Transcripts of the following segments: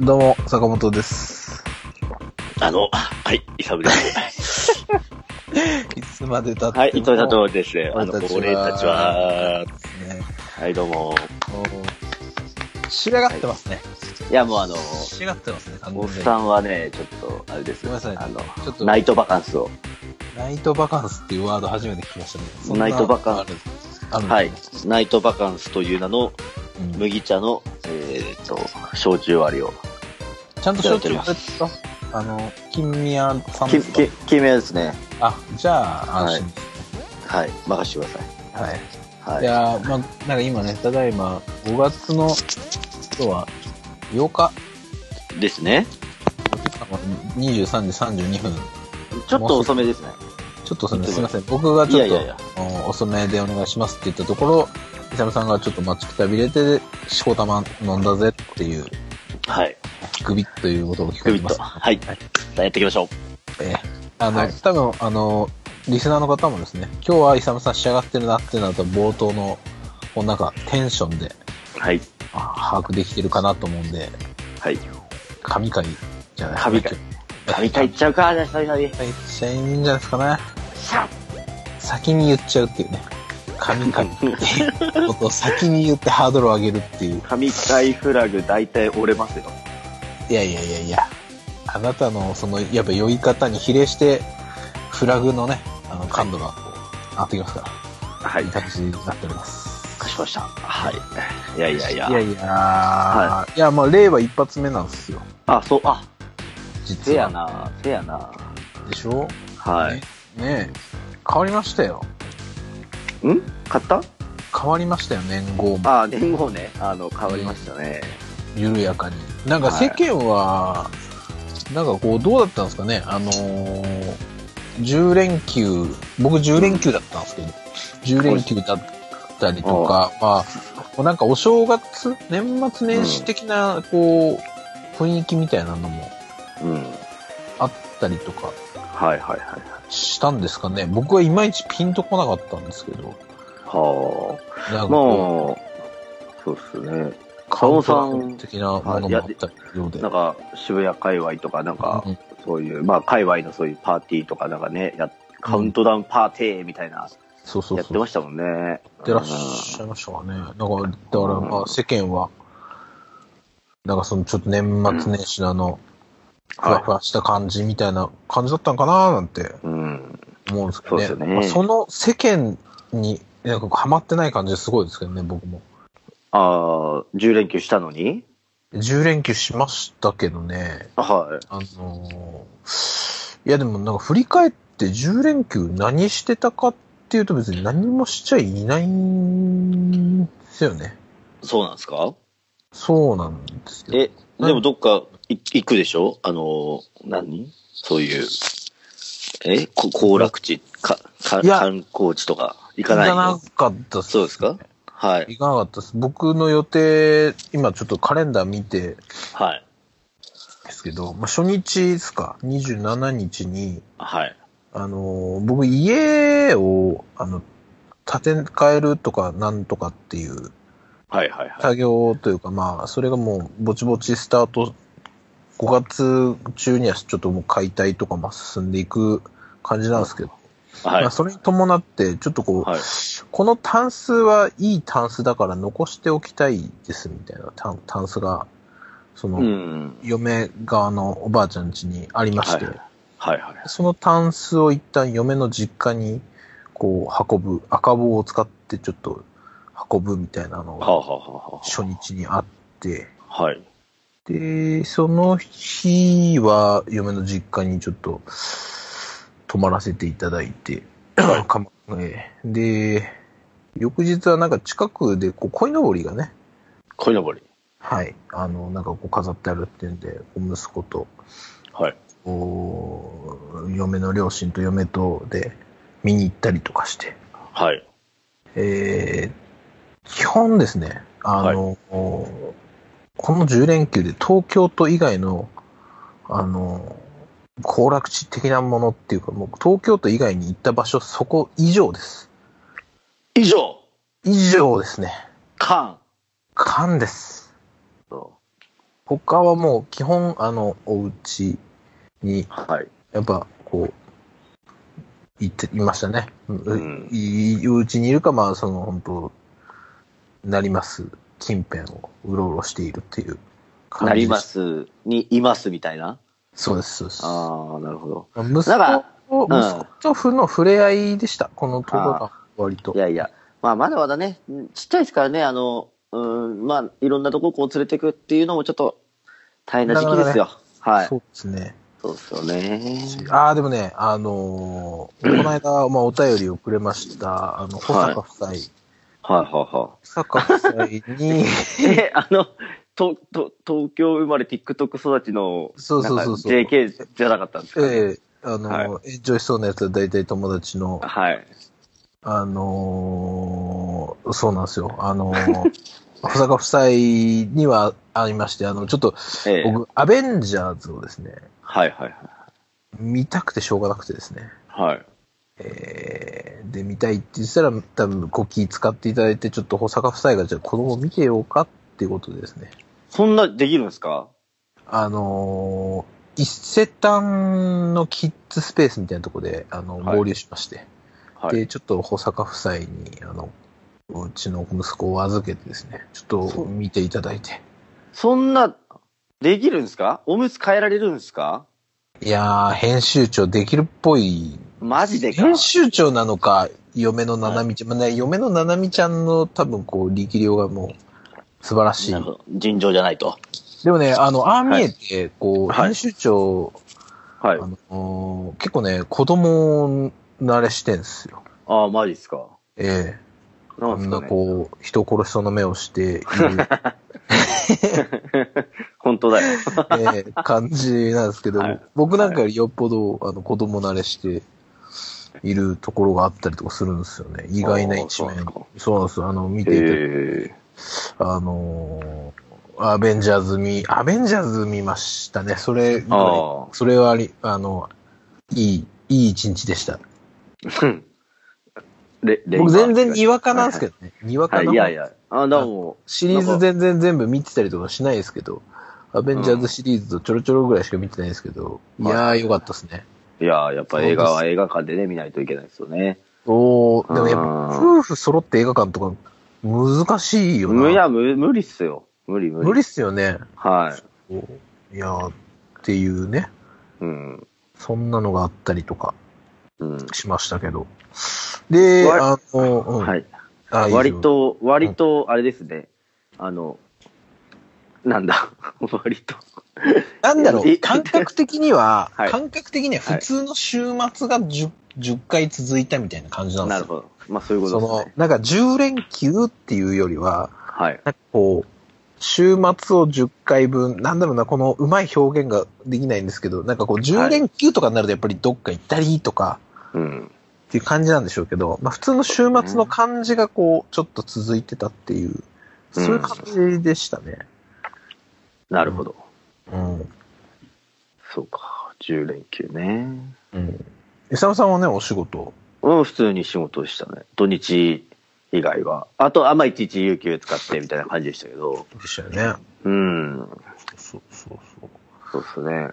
どうも、坂本です。あの、はい、イサムです。いつまでたっても。 はい、伊藤里です。あの、俺たちは俺たちは、ねはい、どうも。もう、仕上がってますね。いや、もうあの、仕上がってますね、完おっ全にさんはね、ちょっと、あれでごす。めんなさいあの、ちょっと、ナイトバカンスを。ナイトバカンスっていうワード初めて聞きましたね。そんなナイトバカンあるあるんはいで。ナイトバカンスという名の、すねうん麦茶の、えーっと、焼酎割りを。ちゃんと承知いただいておりされてたあの、金宮さんき、ですかき、決めですね。あ、じゃあ、安心ですはい、任してくだはい。い、さい。はい。やーまあ、なんか今ね、ただいま、5月の、今日は、8日、ですね。 23時32分。ちょっと遅めですね。ちょっとそのすみません。僕がちょっと、いやいやいやあの遅めでお願いしますって言ったところ、イサムさんがちょっと待ちくたびれて、しこたま飲んだぜっていう、はい。グビッということを聞こグえビてまッと。す。はい。さあ、やっていきましょう。えーあの、はい多分、あの、リスナーの方もですね、今日はイサムさん仕上がってるなっていうのと、冒頭の、こうなんか、テンションで、はい。あ把握できてるかなと思うんで、はい。神回じゃない神回。神回いっちゃうか、じゃあ久々に。回いっちゃいいんじゃないですかね。シャッ先に言っちゃうっていうね。神回って いうことを先に言ってハードルを上げるっていう。神回フラグ大体折れますよ。いやいやいやいや、あなたのその、やっぱ酔い方に比例して、フラグのね、あの、感度がこう、上がってきますから、はいい、い感じになっております。かしこました。はい。いやいやいや。いやいや、、はいや、まあ、令和一発目なんですよ。あ、そう、あ、実せやは。な、せやな。でしょはい。ねねえ変わりましたよ。ん買った変わりましたよ、年号も。あ、年号ね。あの、変わりましたね。緩やかに。なんか世間は、なんかこう、どうだったんですかね。あのー、10連休、僕10連休だったんですけど、10連休だったりとか、まあ、こうなんかお正月、年末年始的な、こう、雰囲気みたいなのもうん。あったりとかはいはいはい。したんですかね。僕はいまいちピンとこなかったんですけど、はなんあ。かこもう、そうっすね。う、カオさカウントダウンん、的なものもあったりするようで。なんか、渋谷界隈とか、なんかう、んそういう、まあ、界隈のそういうパーティーとか、なんかね、やカウントダウンパーティーみたいな、そうそうやっそてうま。したもんね。ややってらっしゃいましたかね。なんか、だからまあ世間は、なんかそのちょっと年末年始のあの、ふわふわした感じみたいな感じだったんかななんてうん。思うんですけどね。そうですよねまあその世間に、なんかこうハマってない感じすごいですけどね、僕も。ああ、10連休したのに10連休しましたけどね、はい。あのーいやでもなんか振り返って10連休何してたかっていうと別に何もしちゃいないんですよね。そうなんですかそうなんですよ。え、でもどっかい行くでしょあの、何そういう、えこ行楽地、かかいや観光地とか行かない行かのなかったっす。そうですかはい。行かなかったです。僕の予定、今ちょっとカレンダー見てはい。ですけど、まあ、初日ですか、27日に、はい。あのー僕家を、あの、建て替えるとかなんとかっていうはいはいはい。作業というか、まあ、それがもうぼちぼちスタート、5月中にはちょっともう解体とかも進んでいく感じなんですけど、はいまあ、。それに伴って、ちょっとこう、はい。このタンスはいいタンスだから残しておきたいですみたいなタンタンスが、その、うん。嫁側のおばあちゃん家にありまして、はいはいはい。そのタンスを一旦嫁の実家にこう運ぶ、赤棒を使ってちょっと運ぶみたいなのはあ、がはあはあは初日にあって、あ、はい。で、その日は嫁の実家にちょっと泊まらせていただいて、かまえーで、翌日はなんか近くでこう鯉のぼりがね、鯉のぼり。はい、あの、なんかこう飾ってあるっていうんで、お息子と、はい。お嫁の両親と嫁とで見に行ったりとかして、はい。えー基本ですね、あの、この10連休で東京都以外の、あの、行楽地的なものっていうか、もう東京都以外に行った場所、そこ以上です。以上以上ですね。カ勘です。ーン他はもう基本、あの、お家に、はい。やっぱ、こう、行って、いましたね。うんうんいいお家にいるか、まあ、その、本当なります近辺をうろうろしているっていう感なじりでましす、に、いますみたいな。そうです、そうです。ああ、なるほど。息子なんかと、うん息子とふの触れ合いでした、このところが、割とい。やいや、まあ、まだまだね、うんちっちゃいですからね、あの、うん、まあ、いろんなとここう連れてくっていうのもちょっと大変な時期ですよ。はい。そうですね。そうですよね。ああ、でもね、あのーこの間、まあ、お便りをくれました、あの、保坂夫妻、はいはいは保坂夫妻 に、い。え、あの、と、と、東京生まれ TikTok 育ちの、そうそうそうそうなんか JK じゃなかったんですか、ね、ええあのー、炎上しそうなやつは大体友達の、はい。あのーそうなんですよ、あのー 保坂夫妻にはありまして、あの、ちょっと、ええ僕、アベンジャーズをですね、はいはい見たくてしょうがなくてですね。はい。はい。えーで、見たいって言ってたら、多分、こう気使っていただいて、ちょっと保坂夫妻が、じゃあ子供見てようかっていうことでですね。そんなできるんですかあのー一世丹のキッズスペースみたいなとこで、あの、はい合流しまして、はい。で、ちょっと保坂夫妻に、あの、うちの息子を預けてですね、ちょっと見ていただいて。そんな、できるんですかおむつ変えられるんですかいやー、編集長できるっぽい。マジでか。編集長なのか、嫁のななみちゃん、まあね、嫁のななみちゃんの多分こう、力量がもう、素晴らしいなる。ほど。尋常じゃないと。でもね、あの、ああ見えて、こう、は編い集長、はい。あのー結構ね、子供慣れしてんすよ。ああ、マジですか。ええなこんでんすなか、ね、こう、人を殺しそうな目をしている、本当だ よ。ええ感じなんですけど、はい僕なんかよりよっぽど、あの、子供慣れしているところがあったりとかするんですよね。意外な一面ああそうなんですか。そうなんですよ。あの、見えていて、えあのーアベンジャーズ見、アベンジャーズ見ましたね。それぐらいあそれはあり、あの、いい、いい一日でした。あ。れ僕全然にわわかなんですけどね。にわか はい、ないやいや。あ、でも、シリーズ全然全部見てたりとかしないですけど、アベンジャーズシリーズとちょろちょろぐらいしか見てないですけど、うんいやーよかったですね。いや、やっぱ映画は映画館でね、見ないといけないですよね。おおでもやっうんぱ夫婦揃って映画館とか難しいよ無理な。や、無無理っすよ。無理、無理。無理っすよね。はい。こういやーっていうね、うん。そんなのがあったりとかうん。しましたけど。で、あわの、うんはい。あいいです割よと、割と、あれですね。あの、なんだ、 割と。なんだろう、え感覚的には、 はい感覚的には普通の週末が 10, 10回続いたみたいな感じなんでなするよ。ほど。まあ、そういうこそとですのね。、なんか10連休っていうよりは、はい。なんかこう、週末を10回分、なんだろうな、このうまい表現ができないんですけど、なんかこう10連休とかになるとやっぱりどっか行ったりとかうん。っていう感じなんでしょうけど、まあ普通の週末の感じがこう、ちょっと続いてたっていう、そういう感じでしたね。なるほど。うん。そうか。10連休ね。うん。伊沢さんはね、お仕事。うん、普通に仕事でしたね。土日以外は。あと、あんまいちいち有給使ってみたいな感じでしたけど。でしたよね。うん。そうそうそう。そうですね。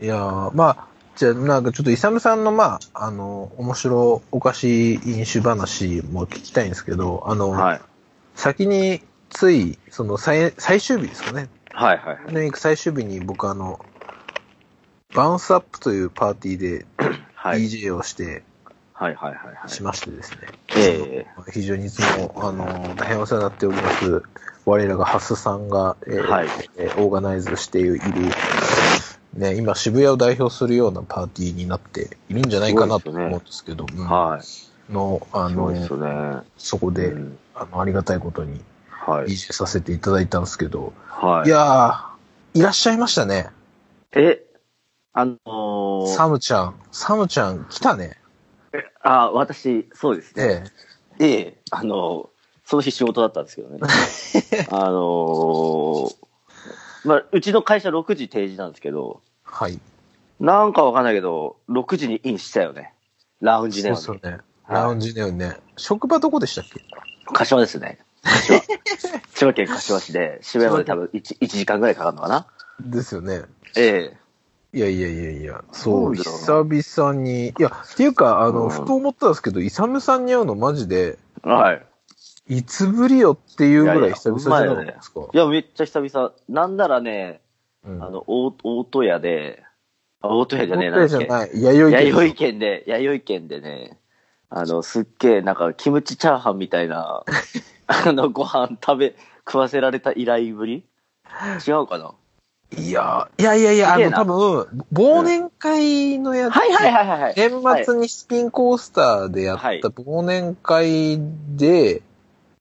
いやーまあ、じゃあ、なんかちょっと、イサムさんの、まあ、あの、面白おかしい飲酒話も聞きたいんですけど、あの、はい。先に、つい、その最、最終日ですかね。はいはいはい。ゴールデンウィーク最終日に僕、あの、バウンスアップというパーティーではい。 DJ をして、はいはいはいはい。しましてですね。ええ非常にいつも、あの、大変お世話になっております。我らがハスさんが、えーはいえーオーガナイズしている、ね、今渋谷を代表するようなパーティーになっているんじゃないかなすとごいです思うねんですけど、うんはい。の、あすごいですの、ね。そこで、うんあの、ありがたいことにはい。 DJ させていただいたんですけど、、はいい。やー、いらっしゃいましたね。え、あのーサムちゃん、サムちゃん来たね。あ、私、そうですね。ええええ、あの、その日仕事だったんですけど ね。あのーまあ、うちの会社6時定時なんですけど、はい。なんかわかんないけど、6時にインしたよね。ラウンジネオンにそうですよね。はいラウンジネオンね。職場どこでしたっけ柏ですね。 柏。千葉県柏市で、渋谷まで多分 1, 1時間ぐらいかかるのかなですよね。えいやいやいやいや、そう、そうだ久々に。いや、っていうか、あの、うんふと思ったんですけど、イサムさんに会うのマジで、えはい。いつぶりよっていうぐらい久々じゃなかったですか。いや、めっちゃ久々。なんならね、うんあの、大大戸屋で、あ大戸屋じゃねえ思なったんじだゃっない。弥生け。弥生県。県で、弥生県でね、あの、すっげえ、なんか、キムチチャーハンみた いな、あの、ご飯食べ、食わせられた依頼ぶり違うかないや、いやいやいや、あすげえの、な多分、忘年会のやつ、はいはいはいはい。年末にスピンコースターでやったはい忘年会で、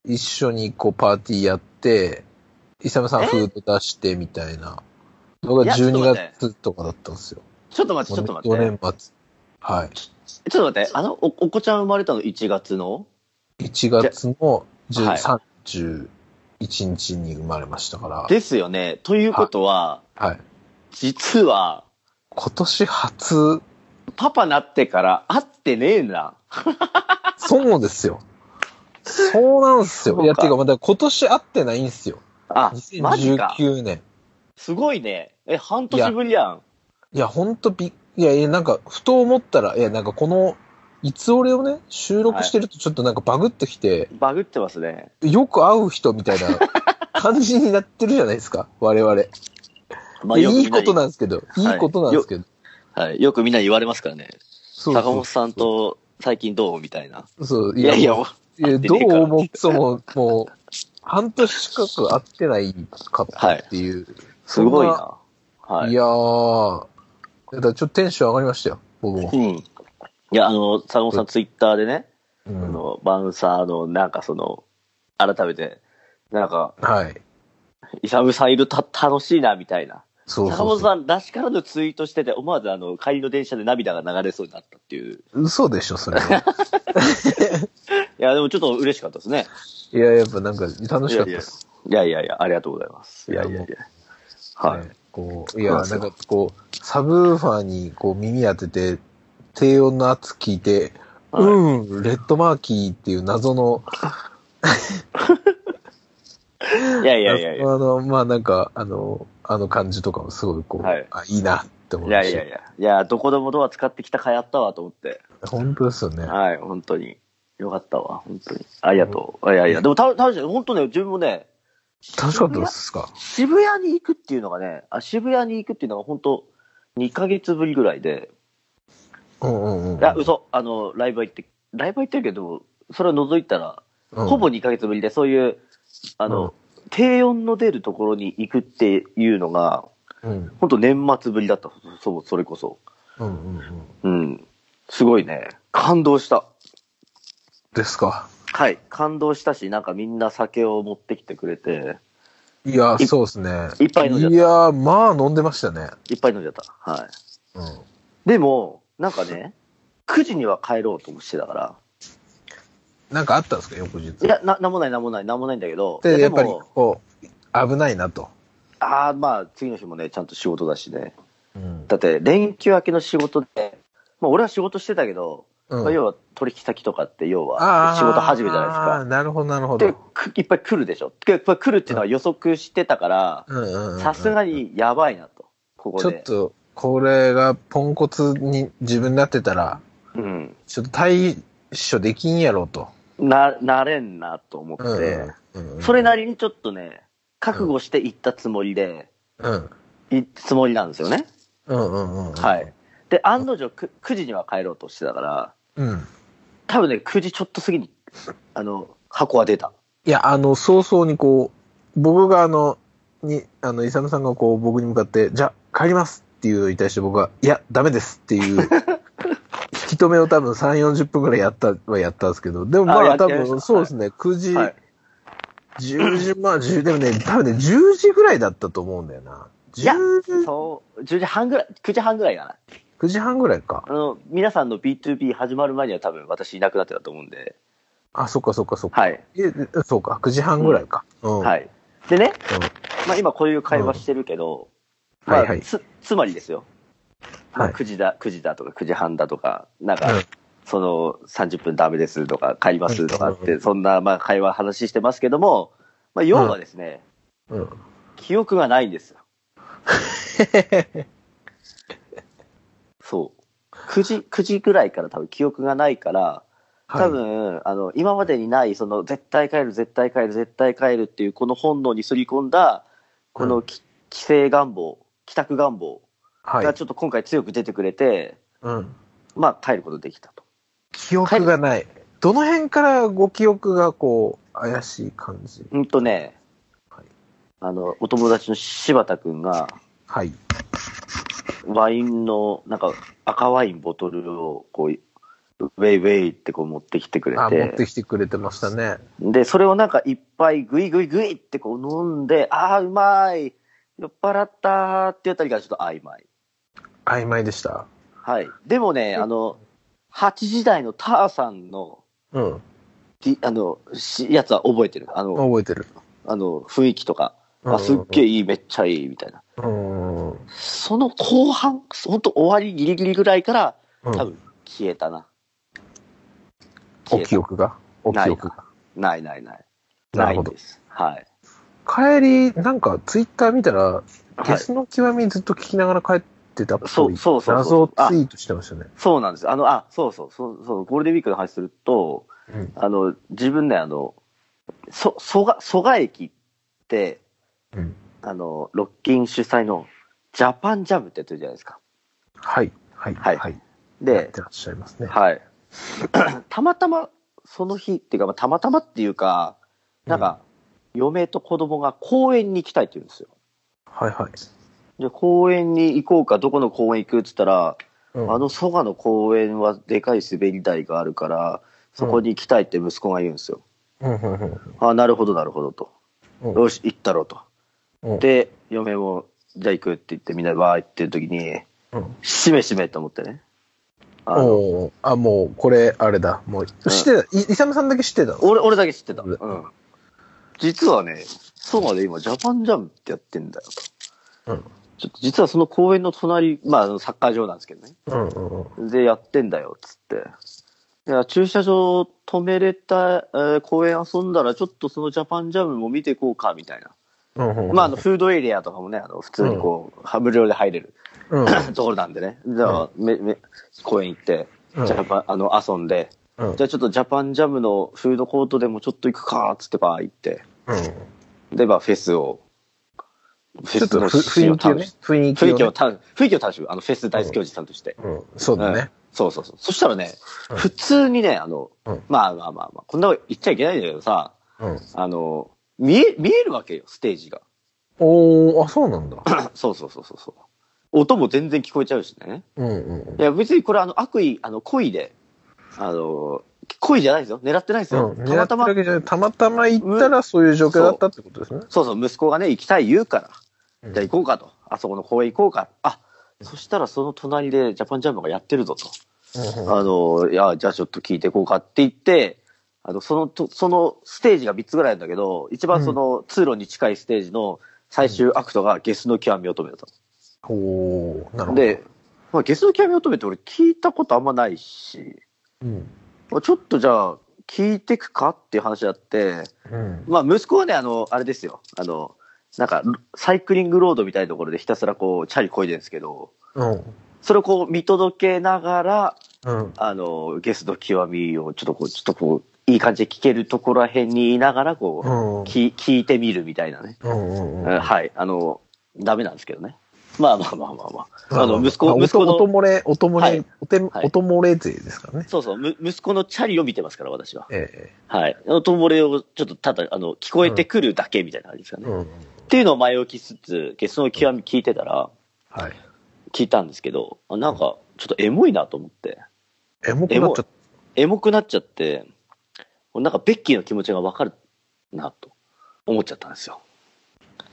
一緒にこうパーティーやって、イサムさんえフード出してみたいなのがいやちょっと12待って月とかだったんですよ。ちょっと待って、ちょっと待っ忘て。年末。はい。ちょっと待って、あの、お、お子ちゃん生まれたの1月の1月の10はい31日に生まれましたから、ですよね。ということは、はい。実は、今年初、パパなってから会ってねえな。そうです よ。そうなんですそうよ。かいや、ていうか、まだ今年会ってないんですよ。あ、マジか。 2019年。すごいね。え、半年ぶりやん。いや、ほんとびっ、いやいや、なんか、ふと思ったら、いや、なんかこの、いつ俺をね、収録してるとちょっとなんかバグってきて、バグってますね。よく会う人みたい な感じになってるじゃないですか、我々。まいやいいことなんんですけど、いいいことなんですけど。はい。よくみんな言われますからね。そうそう坂本さんと最近どうみたいな。そう、いやいや、もはういやてどねえからうも、そうもう、もう、半年近く会ってないかったっていう。すごいそんな。はいい。やー、だからちょっとテンション上がりましたよ、僕 もう。ん。いや、あの、坂本さんツイッターでね、うあん、はの、バウンサーの、なんかその、改めて、なんか、い。イサムさんいるた、楽しいな、みたいな。そう坂そう本そさん、らしからぬツイートしてて、思わず、あの、帰りの電車で涙が流れそうになったっていう。う。嘘でしょ、それは。いや、でもちょっと嬉しかったですね。いや、やっぱなんか楽しかったです。いやいやいや、ありがとうございます。いやいやいや。はい。ねこう、いや、そうですなんよかこう、サブウーファーにこう耳当てて、低音の圧聞いて、はいうん、レッドマーキーっていう謎の、いやいやいやいや。あの、まあなんか、あの、あの感じとかもすごいこう、はいあ、いいなって思いいまやしいた。やいや。いや、どこでもドア使ってきたかやったわと思って。本当ですよね。はい、本当に。よかったわ、本当に。ありがとう。いやいや、でもた楽しい。本当ね、自分もね、楽しかったですか渋谷に行くっていうのがね、あ渋谷に行くっていうのが本当、2ヶ月ぶりぐらいで、うんうんうん。いや、嘘、あの、ライブは行って、ライブは行ってるけど、それを除いたら、うんほぼ2ヶ月ぶりで、そういう、あの、低音の出るところに行くっていうのが、うん、本当年末ぶりだった、そう、それこそ。うん、うんうん。うん。すごいね。感動した。ですか。はい。感動したし、なんかみんな酒を持ってきてくれて、いや、いそうですね。いっぱい飲んじゃったいや、まあ飲んでましたね。いっぱい飲んじゃった。はうん。い。でも、なんかね、9時には帰ろうと思ってたから、なんかあったんですか、翌日。いや、な、なんもない、なんもない、なんもないんだけど、いやで、でやっぱり、も、こう、危ないなと。ああ、まあ、次の日もね、ちゃんと仕事だしね。うん。だって、連休明けの仕事で、まあ、俺は仕事してたけど、うんまあ要は取引先とかって、要あは、あ仕事始めじゃないですあーか。なるほど、なるほでど。、くいっぱい来るでしょ。でいっぱい来るっていうのは予測してたから、うんうんうんさすが。にやばいなと、ここちょでっ。と、これがポンコツに自分になってたら、うん。ちょっと対処できんやろうと。な、なれんなと思って、うんうんそれなり。りにちょっとね、覚悟して行ったつもりで、うん。いつもりなんですよね。うんうんうんうん。はい。。で、案の定く9時には帰ろうとしてたから、うん。多分ね、9時ちょっと過ぎに、あの、箱は出た。いや、あの、早々にこう、僕があの、に、あの、イサムさんがこう、僕に向かって、じゃあ、帰りますっていうのに対して僕は、いや、ダメですって いう、引き止めを多分3、40分くらいやったはやったんですけど、でもまああや多やりま分、したそうですね、9時、はい。 10時、まあ10、でもね、多分ね、10時ぐらいだったと思うんだよな。いや10そう、10時半ぐらい、9時半ぐらいかな。 9時半ぐらいか。あの、皆さんの B2B 始まる前には多分私いなくなってたと思うんで、あ、そっかそっかそっか。はい。えそうか、9時半ぐらいか。うん。。はいい。でね、うんまあ今こういう会話してるけど、うんまあはいはいつ、つまりですよ。まはあい9時だ、9時だとか9時半だとか、なんかうん、その30分ダメですとか、帰りますとかっうて、んそんなまあ会話、話してますけども、まあ、要はですね、うん。記憶がないんで すよ。そう。9時、9時ぐらいから多分記憶がないから、多分、あの、今までにない、その、絶対帰る、絶対帰る、絶対帰るっていう、この本能にすり込んだ、こうのき、帰省願望、帰宅願望はい。はがい。ちょっと今回強く出てくれて、うん。まあ、帰ることできたと。記憶がない。どの辺からご記憶がこう、怪しい感じうんとね、はいあの、お友達の柴田くんが、はい。ワインの、なんか、赤ワインボトルを、こう、ウェイウェイってこう持ってきてくれあ、持て、ってきてくれてましたね。で、それをなんかいっぱいグイグイグイってこう飲んで、ああ、うまい酔っ払ったーっていうあたりがちょっと曖昧。曖昧でした。はい。でもね、あの、8時台のターさんの、うん。ディあの、しやつは覚えてる。あの、覚えてる。あの、雰囲気とか。うあ、んすっげえいい、めっちゃいい、みたいな。うん。うんその後半、ほんと終わりギリギリぐらいから、多分消えたな。お消え記た。憶がお記憶が。ないないない。ななるいほんどです。はい。帰り、なんかツイッター見たら、はゲい、スの極みずっと聞きながら帰ってたっぽい。そうそうそうそう謎をツイートしてましたね。そうなんです。あの、あ、そうそう、そう、そう、ゴールデンウィークの話すると、うん。あの、自分ね、あの、そ、蘇我、蘇我駅って、うん。あの、ロッキン主催のジャパンジャムってやってるじゃないですか。はい。はい。はいはい。やっで、てらっしゃいますね。はい。 たまたま、その日っていうか、まあ、たまたまっていうか、なんか、嫁と子供が公園に行きたいって言うんですよ。はいはい。で、公園に行こうか、どこの公園行くって言ったら、うんあの蘇我の公園はでかい滑り台があるから、そこに行きたいって息子が言うんですよ。うんうんうんあなるほど、なるほどと。うんよし、行ったろうと。うんで、嫁も、じゃあ行くって言って、みんなでわーいって言ってる時に、うん。しめしめと思ってね。あのおーあ、もう、これ、あれだ。もう、知ってた。い、イサムさんだけ知ってたの俺、俺だけ知ってた。ううんん。実はね、そうまで今、ジャパンジャムってやってんだよと。うんちょっと実はその公園の隣、まああの、サッカー場なんですけどね。うんうんうん。で、やってんだよ、つって。いや、駐車場止めれた、えー公園遊んだら、ちょっとそのジャパンジャムも見ていこうか、みたいな。うんうんうんまあ、あの、フードエリアとかもね、あの、普通にこう、ハ無料で入れるうん ところなんでね。じゃあ、め、め、公園行って、うんジャパン、あの、遊んで、うんじゃあちょっとジャパンジャムのフードコートでもちょっと行くか、つってばー行って、うんで、まあ、フェスを、フちょっとふシー雰ン囲気をねし。雰囲気雰囲を気をね。楽しむ、雰囲気を楽しむ。あの、フェス大好きおじさんとして。うんそうだね。そうそうそう。そしたらね、うん普通にね、あの、うんまあまあまあまあ、こんなこと言っちゃいけないんだけどさ、うん。あの、見え、見えるわけよ、ステージが。 おー、あ、そうなんだ。そうそうそうそうそう。音も全然聞こえちゃうしね。うんうんうんい。や、別にこれ、あの、悪意、あの、故意で、あの、故意じゃないですよ。狙ってないですよ。うんたまたま狙ってるわ、けじゃないたまたま行ったらそういう状況だったってことですね。そうそう、息子がね、行きたい言うから、うんじゃあ行こうかと。あそこの公園行こうか。あ、そしたらその隣でジャパンジャムがやってるぞと。うんうんあの、いや、じゃあちょっと聞いていこうかって言って、あの、そのと、そのステージが3つぐらいなんだけど、一番その通路に近いステージの最終アクトがゲスの極み乙女だったおー、なるほの。ど。で、まあ、ゲスの極み乙女って俺聞いたことあんまないし、うん、まあちょっとじゃあ聞いてくかっていう話だって、うん。まあ息子はね、あの、あれですよ、あの、なんかサイクリングロードみたいなところでひたすらこうチャリこいでるんですけど、うん。それをこう見届けながら、うん。あの、ゲスの極みをちょっとこう、ちょっとこう、いい感じで聞けるところらへんにいながら、こう、うん。き聞いてみるみたいなね、うんうんうんうんはい。あの、ダメなんですけどね。まあまあまあまあまあ。あの、息まあ子、息子おとおの、ともれ、おともはいれ、おてはいおともれ勢ですからね。そうそう、む息子のチャリを見てますから、私は。えはい。あの、ともれをちょっと、ただ、あの、聞こえてくるだけみたいな感じですかえ。ね。っうん。ていうのを前置きしつつ、ゲスの極み聞いてたら、はい。聞いたんですけど、あなんか、ちょっとエモいなと思って、エモくなっちゃっエモくなっちゃって、なんかベッキーの気持ちがわかるなと思っちゃったんですよ。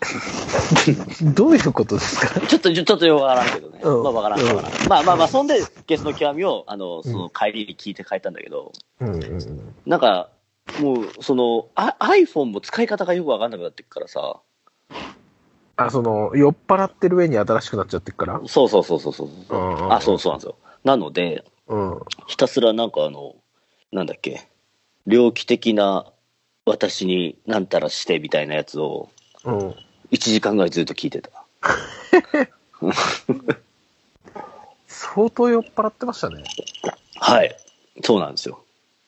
た。どういうことですかちょっと、ちょちょっとよくわからんけどね。うんまあわからん、わからん。まあまあまあ、そんで、ゲスの極みを、あの、その帰りに聞いて帰ったんだけど、うんうんうん。なんか、もう、その、あ iPhone も使い方がよくわかんなくなってくからさ、あ、その、酔っ払ってる上に新しくなっちゃってっから。そうそうそうそうそう。うんうんうんあ、そうそうなんですよ。なので、ううん。ひたすらなんかあの、なんだっけ、猟奇的な私になんたらしてみたいなやつをうん。 1時間ぐらいずっと聞いてた。相当酔っ払ってましたね。はい。そうなんですよ。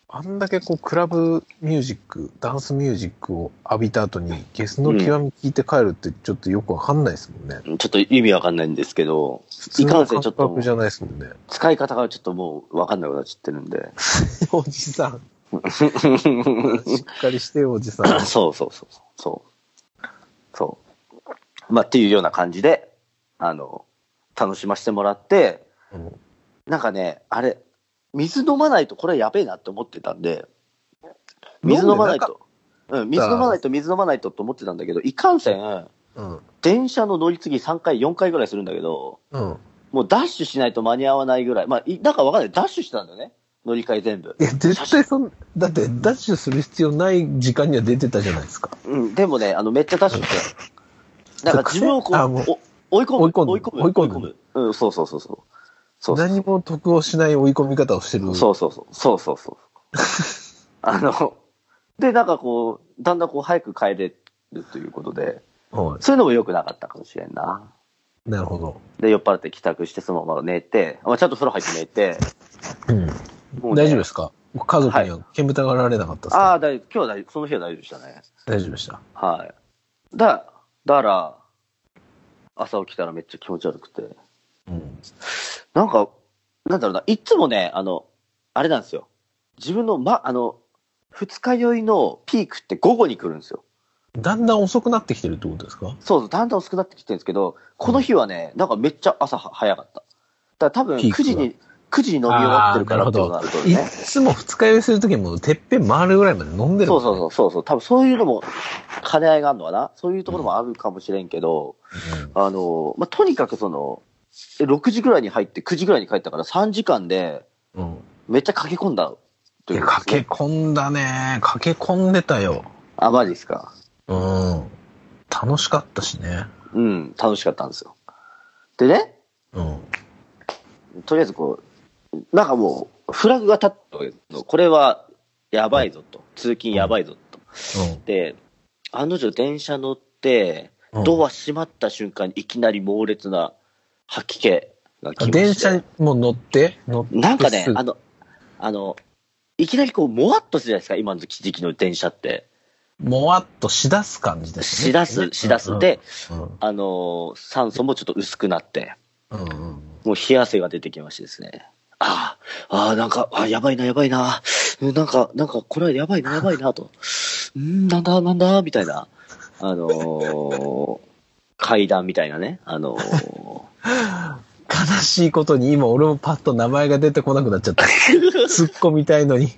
あんだけこう、クラブミュージック、ダンスミュージックを浴びた後に、ゲスの極み聞いて帰るってちょっとよくわかんないですもんね。ちょっと意味わかんないんですけど、普通いかのんせん感ちょっと覚じゃないですも んね。使い方がちょっともうわかんなくなっちゃってるん で。おじさん。しっかりしてよ、おじさ ん。そうそうそうそう。そう。まあ、っていうような感じで、あの、楽しませてもらって、うんなんかね、あれ、水飲まないとこれやべえなって思ってたんで、水飲まないと、うん、水飲まないと、水飲まないとって思ってたんだけど、いかんせん、うん。電車の乗り継ぎ3回、4回ぐらいするんだけど、うん。もうダッシュしないと間に合わないぐらい、まあ、いなんかわかんない、ダッシュしてたんだよね、乗り換え全部。いや、絶対そん、だって、ダッシュする必要ない時間には出てたじゃないですか。うん、でもね、あの、めっちゃダッシュして。なんか自分をこあもうう、お追い込む。追い込んで追い込む。追い込んでうん、そうそうそうそう。そうそう何も得をしない追い込み方をしてる。そうそうそう。そうそうそう。あの、で、なんかこう、だんだんこう、早く帰れるということで、はそういうのも良くなかったかもしれんな。い。なるほど。で、酔っ払って帰宅して、そのまま寝て、まあ、ちゃんと風呂入って寝 て、うん。もうね大丈夫ですか家族には煙たがられなかったですか、ああ、大丈夫。今日は大丈夫。その日は大丈夫でしたね。大丈夫でした。はい。だ、だから、朝起きたらめっちゃ気持ち悪くて。うん。なんか、なんだろうな、いつもね、あの、あれなんですよ。自分の、ま、あの、二日酔いのピークって午後に来るんですよ。だんだん遅くなってきてるってことですかそうそう、だんだん薄くなってきてるんですけど、この日はね、なんかめっちゃ朝は早かった。だから多分ピーク9が時に、9時に飲み終わってるからあーってなるこほとどにないるとね。つも二日酔いするときもてっぺん回るぐらいまで飲んでるもそんね、うそうそうそうそう、多分そういうのも兼ね合いがあるのかな。そういうところもあるかもしれんけど、うんあの、まあ、とにかくその、え6時ぐらいに入って9時ぐらいに帰ったから3時間でうん。めっちゃ駆け込んだといいやうか、駆け込んだね。駆け込んでたよ。あ、マジですか。うん。楽しかったしね。うん、楽しかったんですよ。でね、うん。とりあえずこう、なんかもう、フラグが立ったわけですよこれはやばいぞと、通勤やばいぞと。で、案の定電車乗って、うん。ドア閉まった瞬間にいきなり猛烈な吐き気が来まして電車にも乗って乗ってなんかねす、ぐあの、あの、いきなりこう、もわっとするじゃないですか、今の時期の電車って。もわっとしだす感じでしすね。だす、しだす。で、うん。あの、酸素もちょっと薄くなって。うんうんもう冷や汗が出てきましてですね。ああ、ああ、なんか、ああ、やばいな、やばいな。うんなんか、なんか、これはやばいな、やばいな、と。うんなんだ、なんだ、みたいな。あのー、階段みたいなね。あのー、悲しいことに今俺もパッと名前が出てこなくなっちゃった。 突っ込みたいのに。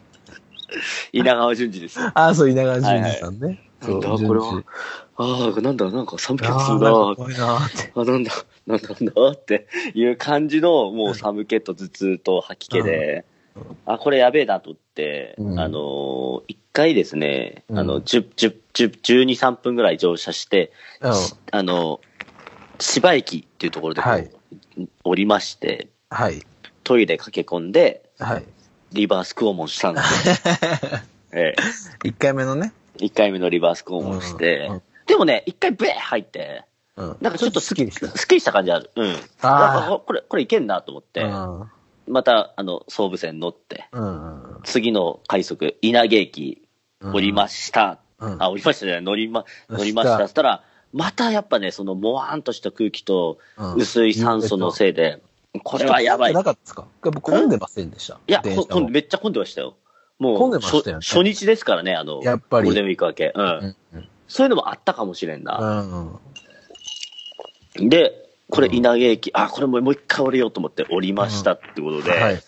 稲川淳二ですよ。ああ、そう、稲川淳二さんね。なそんうだ、淳二これは。ああ、なんだ、なんか寒気がすあるあ、なんなか。怖いなーって。あ、なんだ、なんだ、なんだっていう感じの、もう寒気と頭痛と吐き気でうんうん、あ、これやべえなと思って、うんあの、一回ですね、うんあの、10、10、10 12、3分ぐらい乗車して、うん。あの、芝駅っていうところでこう、はい降りまして、はい。トイレ駆け込んで、はい。リバースクオモンしたん ですよ。え1回目のね。え、1回目のリバースクオモンして、うんでもね、一回ブエー入って、うん。なんかちょっと好きでした。スッキリした感じある。うん。なんかああ。ここれ、これいけんなと思って、うん。また、あの、総武線乗って、うん。次の快速、稲毛駅降りましした。た。うんあ、降りましたじゃない、乗りま、乗りました。そしたら、またやっぱね、その、もわーんとした空気と、うん薄い酸素のせいで、これはやばい。い混んでなかったですかやっぱ混んでませんでした。や、電こ車も混んでめっちゃ混んでましたよ。もう、混んでましたよね初初日ですからね、あの、やっぱりゴールデンウィーク明け。うん。うんうんそういうのもあったかもしれんな。うんうん。で、これうん稲毛駅、あ、これもうもう一回降りようと思って降りましたってことで、はい。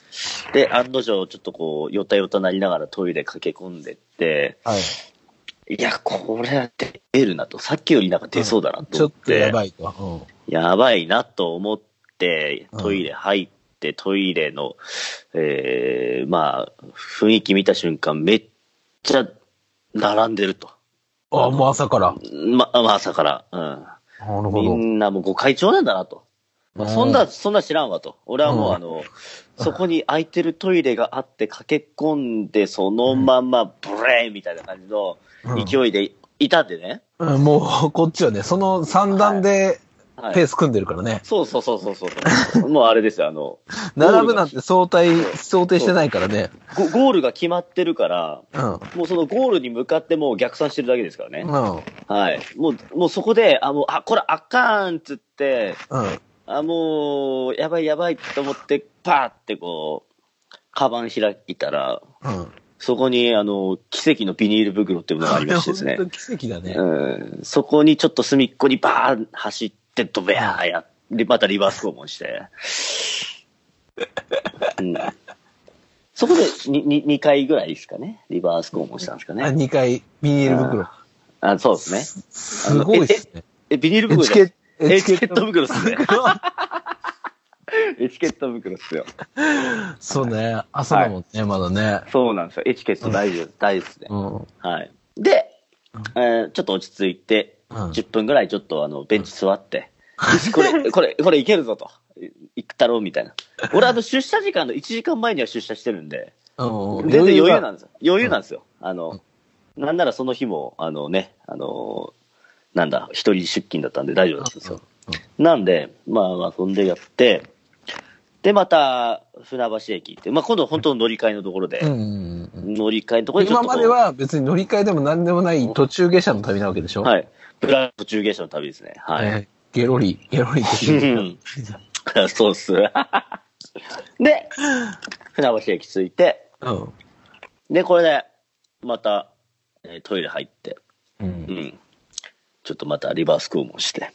で、案の定、ちょっとこう、よたよたなりながらトイレ駆け込んでって、はい。いや、これは出るなと、さっきよりなんか出そうだなとちょ思っって、とやばいと。やばいなと思って、うんトイレ入って、トイレの、えー、まあ、雰囲気見た瞬間、めっちゃ並んでると。うん。ああ、もう朝から。ま、まあ、朝から、なるうん。みほど。んなもうご会長なんだなと。まあそんな、そんな知らんわと。俺はもうあの、そこに空いてるトイレがあって駆け込んで、そのまんまブレーンみたいな感じのうん勢いでいたんでね。うんもう、こ っちはね、その三段ではいペース組んでるからね。そうそうそうそうそう。もうあれですよ、あの、並ぶなんて想定、想定してないからね。ゴゴールが決まってるから、うん。うん。もうそのゴールに向かってもう逆算してるだけですからね。はい。もう、もうそこで、あ、もう、あ、これあかんっつって、うん。あ、もう、やばいやばいと思って、パーってこう、カバン開いたら、うん。そこに、あの、奇跡のビニール袋っていうものがありましてですねいや。本当奇跡だね。うん、そこにちょっと隅っこにバーン走って、ドベアーやで、またリバース拷問して。うん、そこで 2, 2回ぐらいですかね、リバース拷問したんですかあ、ね。 2回、ビニール袋。あそうですね。すごいっすね。え、ビニールエ袋チじゃケんエチケットエ袋です ね。袋。エチケット袋っすよ。そうね。朝だもんね、まだね。そうなんですよ。エチケット大事です。大事ですね。うん。うん。はい。で、えーちょっと落ち着いて、うん10分ぐらいちょっとあのベンチ座って、よし これ、これ、これいけるぞと。いくだろうみたいな。俺、あの、出社時間の1時間前には出社してるんで、全然余裕なんですよ。余裕なんですよ。あの、なんならその日も、あのね、あの、なんだ、一人出勤だったんで大丈夫だったんですよ。なんで、まあまあ、そんでやって、で、また、船橋駅行って、まあ今度本当乗り換えのところでう、んうんうん。乗り換えのところでちょっ今とこまうでは別に乗り換えでも何でもない途中下車の旅なわけでしょはい。ブラック中継車の旅ですね。はい。えーゲロリ、ゲロリってう言うん そうっす。で、船橋駅着いて、うん。で、これで、また、えートイレ入って、う。うんん。ちょっとまたリバースクーモンして、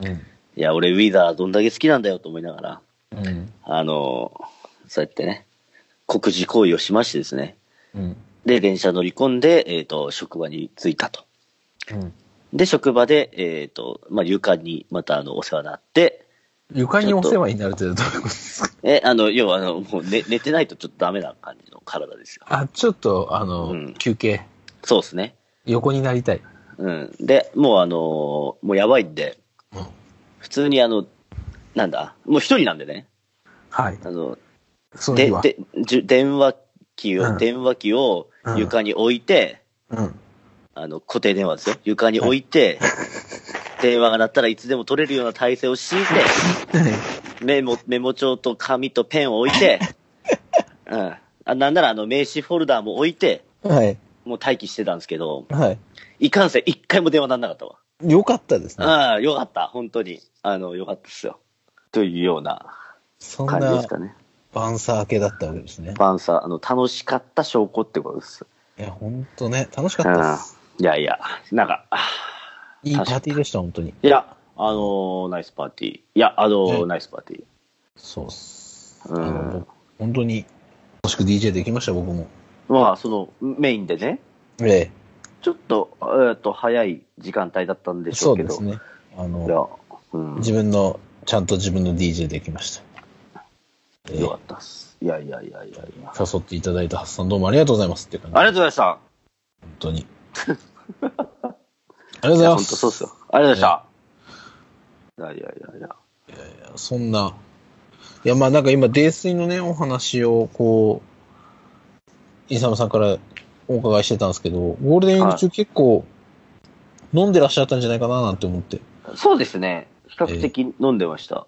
うん。いや、俺、ウィザーどんだけ好きなんだよと思いながら、うん。あのーそうやってね、告示行為をしましてですね、うん。で、電車乗り込んで、えっ、と、職場に着いたと。うん。で、職場で、えっ、と、まあ、床にまた、あの、お世話になって、床にお世話になるってどういうことですかえ、あの、要は、あの、もう寝寝てないとちょっとダメな感じの体ですよ。あ、ちょっと、あうのん、休憩。そうですね。横になりたい。うん。で、もうあのーもうやばいんで、うん普通にあの、なんだ、もう一人なんでね、はい。あの、その日では。でじゅ電話機を、うん電話機をうん床に置いて、うん。あの、固定電話ですよ。床に置いて、 電話が鳴ったらいつでも取れるような体勢を敷いて、 メモ、メモ帳と紙とペンを置い て、うん。あなんならあの名刺フォルダーも置いて、はい。もう待機してたんですけど、はい。いかんせん一回も電話なんなかったわ。よかったですね。ああ、よかった、本当に。あの、よかったっすよ。というようなそん感じでなすかね。バンサー系だったわけですね。バンサー、あの、楽しかった証拠ってことです。いや、ほんとね、楽しかうっんたです。。いやいや、なんか、あいいパーティーでした、本当に。いや、あのーナイスパーティー。いや、あのーうんナイスパーティー。そうっす。うんあの僕本当に、楽しく DJ できました、僕も。まあ、その、メインでね、ええ、ちょっと、えっと、早い時間帯だったんでしょそううけでど。すね。あいやの、、うん。自分の、ちゃんと自分の DJ できました。ええよかったっす。いやいやいやいやいや。誘っていただいたハッサンどうもありがとうございますっていう感じ。ありがとうございました。本当 に。ありがとうございいや、ま本当す。そうっすよ。ありがとうございました。いやいやいやいや。そんな。いや、まあなんか今、泥酔のね、お話を、こう、イサムさんからお伺いしてたんですけど、ゴールデンウィーク中結構、飲んでらっしゃったんじゃないかななんて思って、そうですね。比較的飲んでました。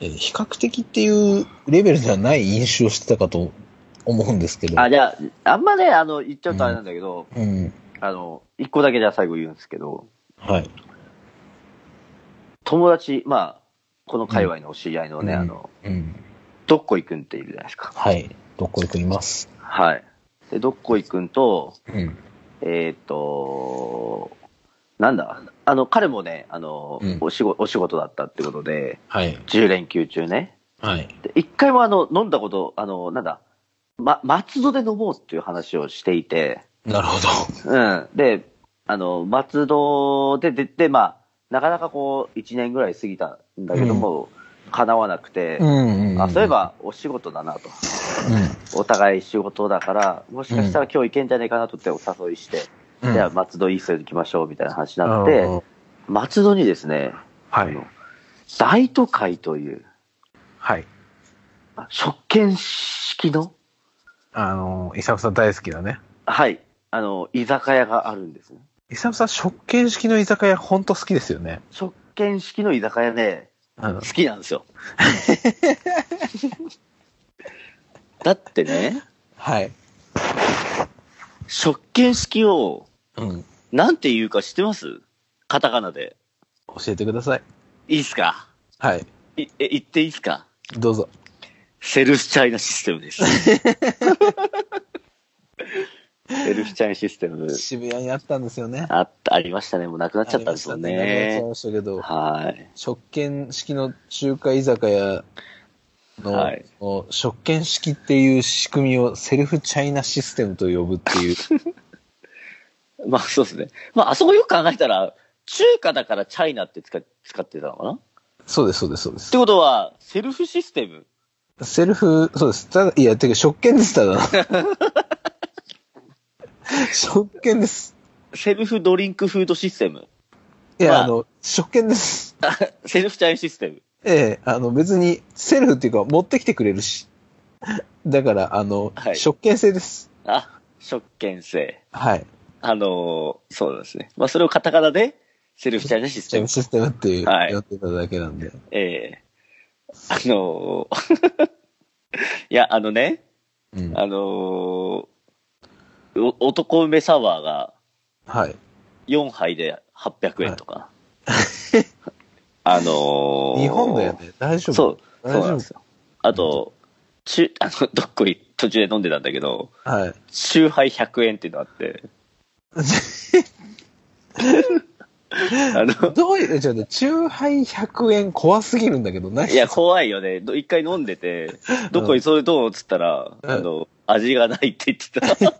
えー比較的っていうレベルではない飲酒をしてたかと思うんですけど。あ、じゃあ、あんまね、あの、言っちゃうとあれなんだけど、うん。あの、一個だけじゃあ最後言うんですけど、はい。友達、まあ、この界隈のお知り合いのね、うんあの、うん。どっこいくんっているじゃないですか。はい。どこ行くいます。はい。で、どっこいくんと、うん。えーっ、と、なんだ、あの、彼もね、あの、うんお仕事、お仕事だったってことで、はい。 10連休中ね。はい。で一回もあの、飲んだこと、あの、なんだ、ま、松戸で飲もうっていう話をしていて、なるほうん。で、あの、松戸で出て、まあ、なかなかこう、1年ぐらい過ぎたんだけども、叶わなくて、ど。うん、うん。あ、そういえ、ばお仕事だなと。お互い仕事だから、もしかしたら今日行けんじゃないかなとってお誘いして、うん。うん。じゃあ松戸いい人行きましょうみたいな話になっうてん、松戸にですね、はあいの。大都会という、はい。あ食券式の、あの、イサムさん大好きだね。はい、あの、居酒屋があるんですね。イサムさん、食券式の居酒屋、ほんと好きですよね。食券式の居酒屋ね、あの好きなんですよ。だってね、はい。食券式を、うん。なんて言うか知ってますカタカナで。教えてください。いいっすかはい。いえ、言っていいっすかどうぞ。セルフチャイナシステ ムです。セルフチャイナシステム。渋谷にあったんですよね。あありましたね。もうなくなっちゃったんですよありね。ましたねなくなっちゃいましたけど、はい。食券式の中華居酒屋の、はいその食券式っていう仕組みをセルフチャイナシステムと呼ぶって いう。まあそうですね。まああそこよく考えたら、中華だからチャイナって使使ってたのかなっそうです、そうです、そうですて。ことは、セルフシステム。セルフ、そうです。ただ、いや、てか、食券です、ただの。 食券です。セルフドリンクフードシステム。いや、まああの、食券です。セルフチャイナシステム。ええあの、別に、セルフっていうか、持ってきてくれるし。 だから、あの、はい食券制です。あ、食券制。はい。あのーそうですね。まあそれをカタカナで、セルフチャイナシスチテェムム。システムっていう、はいやってただけなんで。ええあのー いや、あのね、うん。あのーお男梅サワーがはい。 4杯で800円とか。あのー日本だよね。大丈夫そう、大そ丈うなん夫ですよ。あと、中、あの、どっこい途中で飲んでたんだけど、はい。中杯100円っていうのあって、あの、どういう、ちょっと待って、中杯100円怖すぎるんだけど、何いや、怖いよね。ど一回飲んでて、どこにそれどうっつったら、うんあの、味がないって言ってた。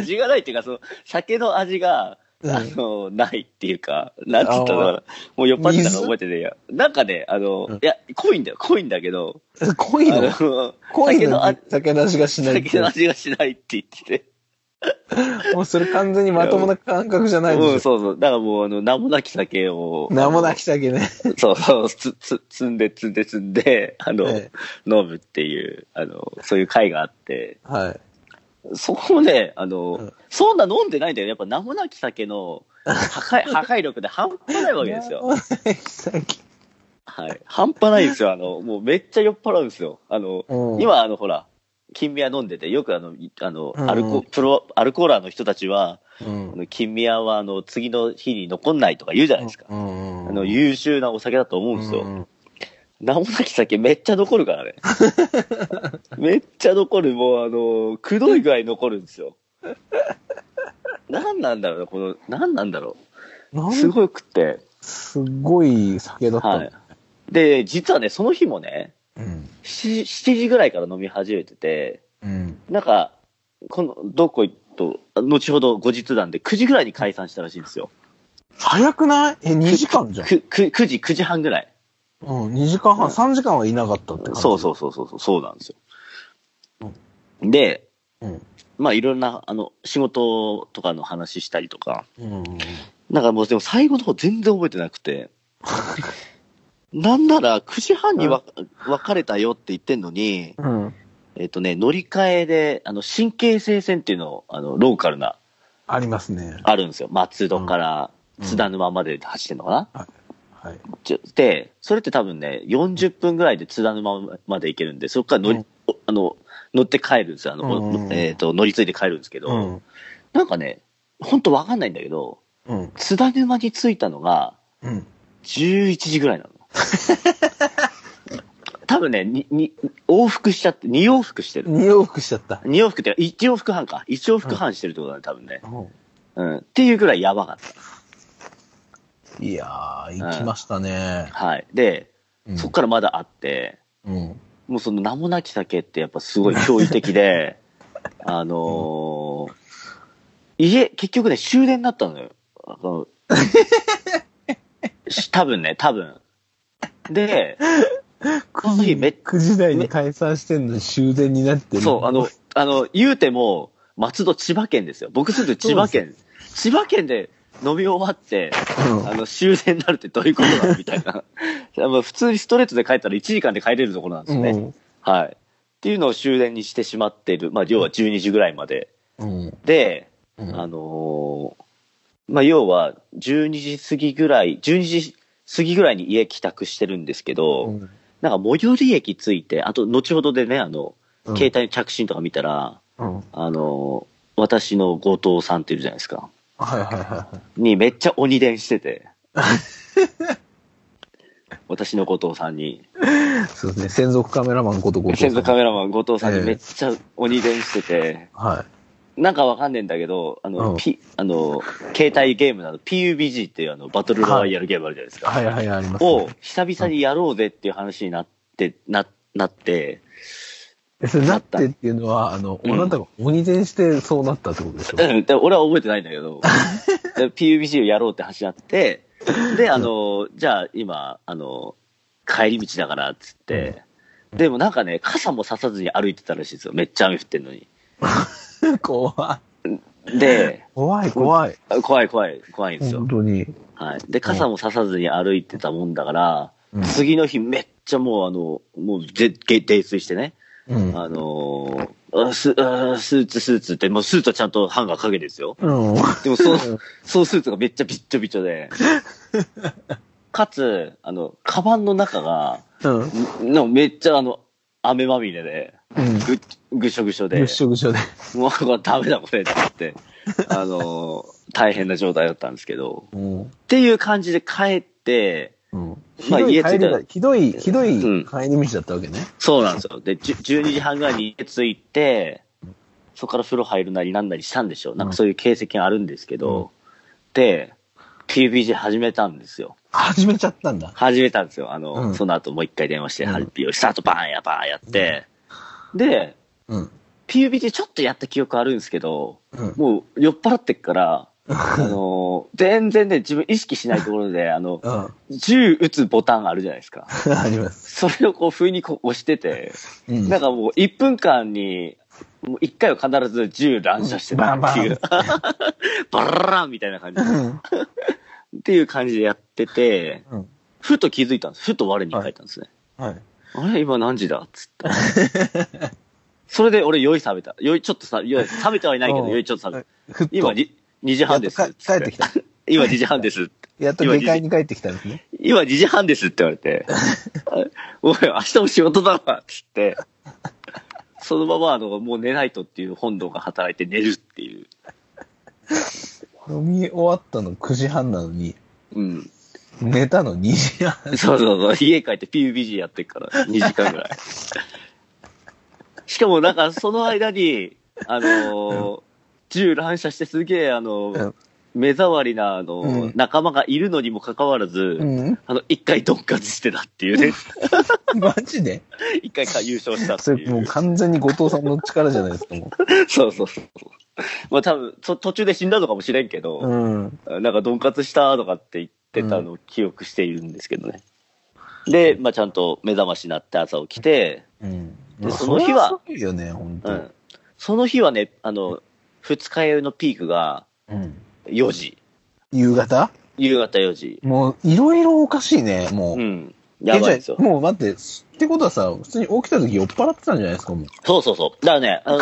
味がないっていうか、その、酒の味が、うんあの、ないっていうか、なんつったら、もう酔っ払ったの覚えてないや。なんかね、あの、うんいや、濃いんだよ、濃いんだけど、濃いあのの、濃い酒ののに味酒の味がしないって酒の味がしないって言ってて。もうそれ完全にまともな感覚じゃないうん、でしょ。そうそう。だからもう、あの、名もなき酒を。名もなき酒ね。そうそう、つ、つ、積んで積んで積んで、あの、え飲むっていう、あの、そういう会があって、はい。そこもね、あの、うんそんな飲んでないんだよね。やっぱ名もなき酒の 破壊、破壊力で半端ないわけです名よ。もなき酒はい。半端ないですよ。あの、もうめっちゃ酔っ払うんですよ。あの、うん今、あの、ほら、金宮飲んでて、よくあの、いあの、うんアルコ、プロ、アルコーラーの人たちは、うんあの金宮は、あの、次の日に残んないとか言うじゃないですか。うんあの、優秀なお酒だと思うんですよ。うん名もなき酒めっちゃ残るからね。 めっちゃ残る。もうあの、くどい具合に残るんですよ。なんなんだろうね、この、なんなんだろなう。すんごくて。すごい酒だったの。はい。で、実はね、その日もね、うん。 7, 7時ぐらいから飲み始めてて、うん。なんか、この、どこ行っと、後ほど後日談で9時ぐらいに解散したらしいんですよ。早くないえ、2時間じゃん。くく 9, 時、9時半ぐらい。うん、2時間半、3時間はいなかったって感じ。そうそうそうそう、そうなんですよ。で、うん。まあいろんな、あの、仕事とかの話したりとか、うん。なんかもうでも最後の方全然覚えてなく て、なんなら9時半にわ別れたよって言ってんのに、うん。えっ、とね、乗り換えで、あの、神経性線っていうのを、あの、ローカルな、ありますね。あるんですよ。松戸からうん津田沼まで走ってんのかな、はい。ちょで、それって多分ね、40分ぐらいで津田沼まで行けるんで、そこから乗り、うんおあの、乗って帰るんですよ。あの、うんうんうんえっ、と、乗り継いで帰るんですけど、うん。なんかね、ほんとわかんないんだけど、うん。津田沼に着いたのがうん。 11時ぐら いなの。多分ね、に、に、往復しちゃって、2往復してる。 2往復しちゃった。 2往復っていうか、1往復半か。1往復半してるってことだね、多分ね。うん。っていうぐらいやばかっいやー、行きましたね。た。はい。で、うんそっからまだあって、うん。もうその名もなき酒ってやっぱすごい驚異的 で、あのー家、結局ね、終電だったのよ。あ のし多分ね、多分。で、この日めっ9時台に解散してんのに終電になってる。そう、あの、あの、言うても、松戸千葉県ですよ。僕すぐ千葉県。千葉県で飲み終わって、あの、終電になるってどういうことなのみたいな。 やっぱ普通にストレートで帰ったら1時間で帰れるところなんですうよん。ね。はい。っていうのを終電にしてしまっている。まあ、要は12時ぐらいまで。うん。で、うん。あのーまあ、要は12時過ぎぐらい、12時過ぎぐらいに家帰宅してるんですけど、うんなんか最寄り駅着いて、あと、後ほどでね、あの、うん携帯の着信とか見たら、うん。はいあのー私の後藤さんっているじゃないですか。はいはいはい。にめっちゃ鬼伝し てて。私の後藤さんに、そうですね。専属カメラマンことごと。専属カメメラマン後藤さんにめっちゃ鬼伝してて、はなんかわかんねえんだけど、あの、うん P、あの、携帯ゲームなど、PUBG っていうあの、バトルロワイヤルゲームあるじゃないですい。か。はいはいはい、あります、をね。、久々にやろうぜっていう話になって、な、なって、えそれなってっていうのは、あの、うんあなたが鬼伝してそうなったってことで しょうんで俺は覚えてないんだ けど、で PUBG をやろうって話になって、で、あの、じゃあ今、あの、帰り道だからっつって、でもなんかね、傘もささずに歩いてたらしいですよ。めっちゃ雨降ってんのに。怖い。 で、怖い怖い。あ怖い怖い、怖いんですよ本。当に。はい。で、傘もささずに歩いてたもんだから、うん次の日めっちゃもうあの、もうぜ、げ泥酔してね、うん。あのーあスあスーツ、スーツって、もうスーツはちゃんとハンガーかけてですよ。うん。でもそううん、そうスーツがめっちゃびっちょびち ょで、かつ、あの、カバンの中が、うん。んなんかめっちゃあの、雨まみれで、うん。ぐ、ぐしょぐしょでぐっ、しょぐしょで。もうこれダメだこれって言って、あのー大変な状態だったんですけど、うん。っていう感じで帰って、うんひまあどい家帰着いたりらだ、ひどい、ひどいうん帰り道だったわけね。そうなんですよ。で、じゅ12時半ぐらいに家着いて、そこから風呂入るなりなんなりしたんでしょう。なんかそういう形跡があるんですけど、で、PUBG 始めたんですよ。始めちゃったんだ。始めたんですよ。あの、うんその後もう一回電話して、うんハルピーをスタートバーンやバーンやって、で、うん。 PUBG ちょっとやった記憶あるんですけど、うん。 もう酔っ払ってっから、あのー全然ね、自分意識しないところで、あの、うん。 銃撃つボタンあるじゃないですか。あります。それをこう、不意にこう押してて、うん。なんかもう1分間に、もう1回は必ず銃乱射してたっていう、バラランみたいな感じ。っていう感じでやってて、うん。ふと気づいたんです。ふと我に返ったんですね。はい。あれ今何時だっつって。それで俺酔い冷めた。酔いちょっとさ、酔い冷めてはいないけうどん酔いちょっと冷めた。ふっと今に2時半です。やっと帰帰ってきた。 今2時半です。やっと今下界に帰ってきたんですね。今2時半ですって言わ れて、おい、明日も仕事だわっつって、そのままあの、もう寝ないとっていう本能が働いて寝るっていう。飲み終わったの9時半なのに、うん。寝たの2時半。 そうそうそう。家帰って PUBG やってっから、2時間ぐらい。しかもなんか、その間に、あのー銃乱射してすげえ、あのー目障りな、あのーうん仲間がいるのにもかかわらず、うん。あの、一回ドンカツしてたっていうね。マジで一回か優勝したってそいれもうう。完全に後藤さんの力じゃないですか、もそうそうそう。まあ多分、そ途中で死んだのかもしれんけう。ど、うん。なんかドンカツしたとかって言ってたのを記憶しているんですけどね。で、まあちゃんと目覚ましになって朝起きて、うん。でその日はそれすごいよね、本う当。ん。その日はね、あの、二日酔いのピークがうん。 4時。夕方夕方4時。もう、いろいろおかしいね、もう。うん。やばいですよえじゃ。あもう待って、ってことはさ、普通に起きた時酔っ払ってたんじゃないですか、もう。そうそうそう。だからね、 あの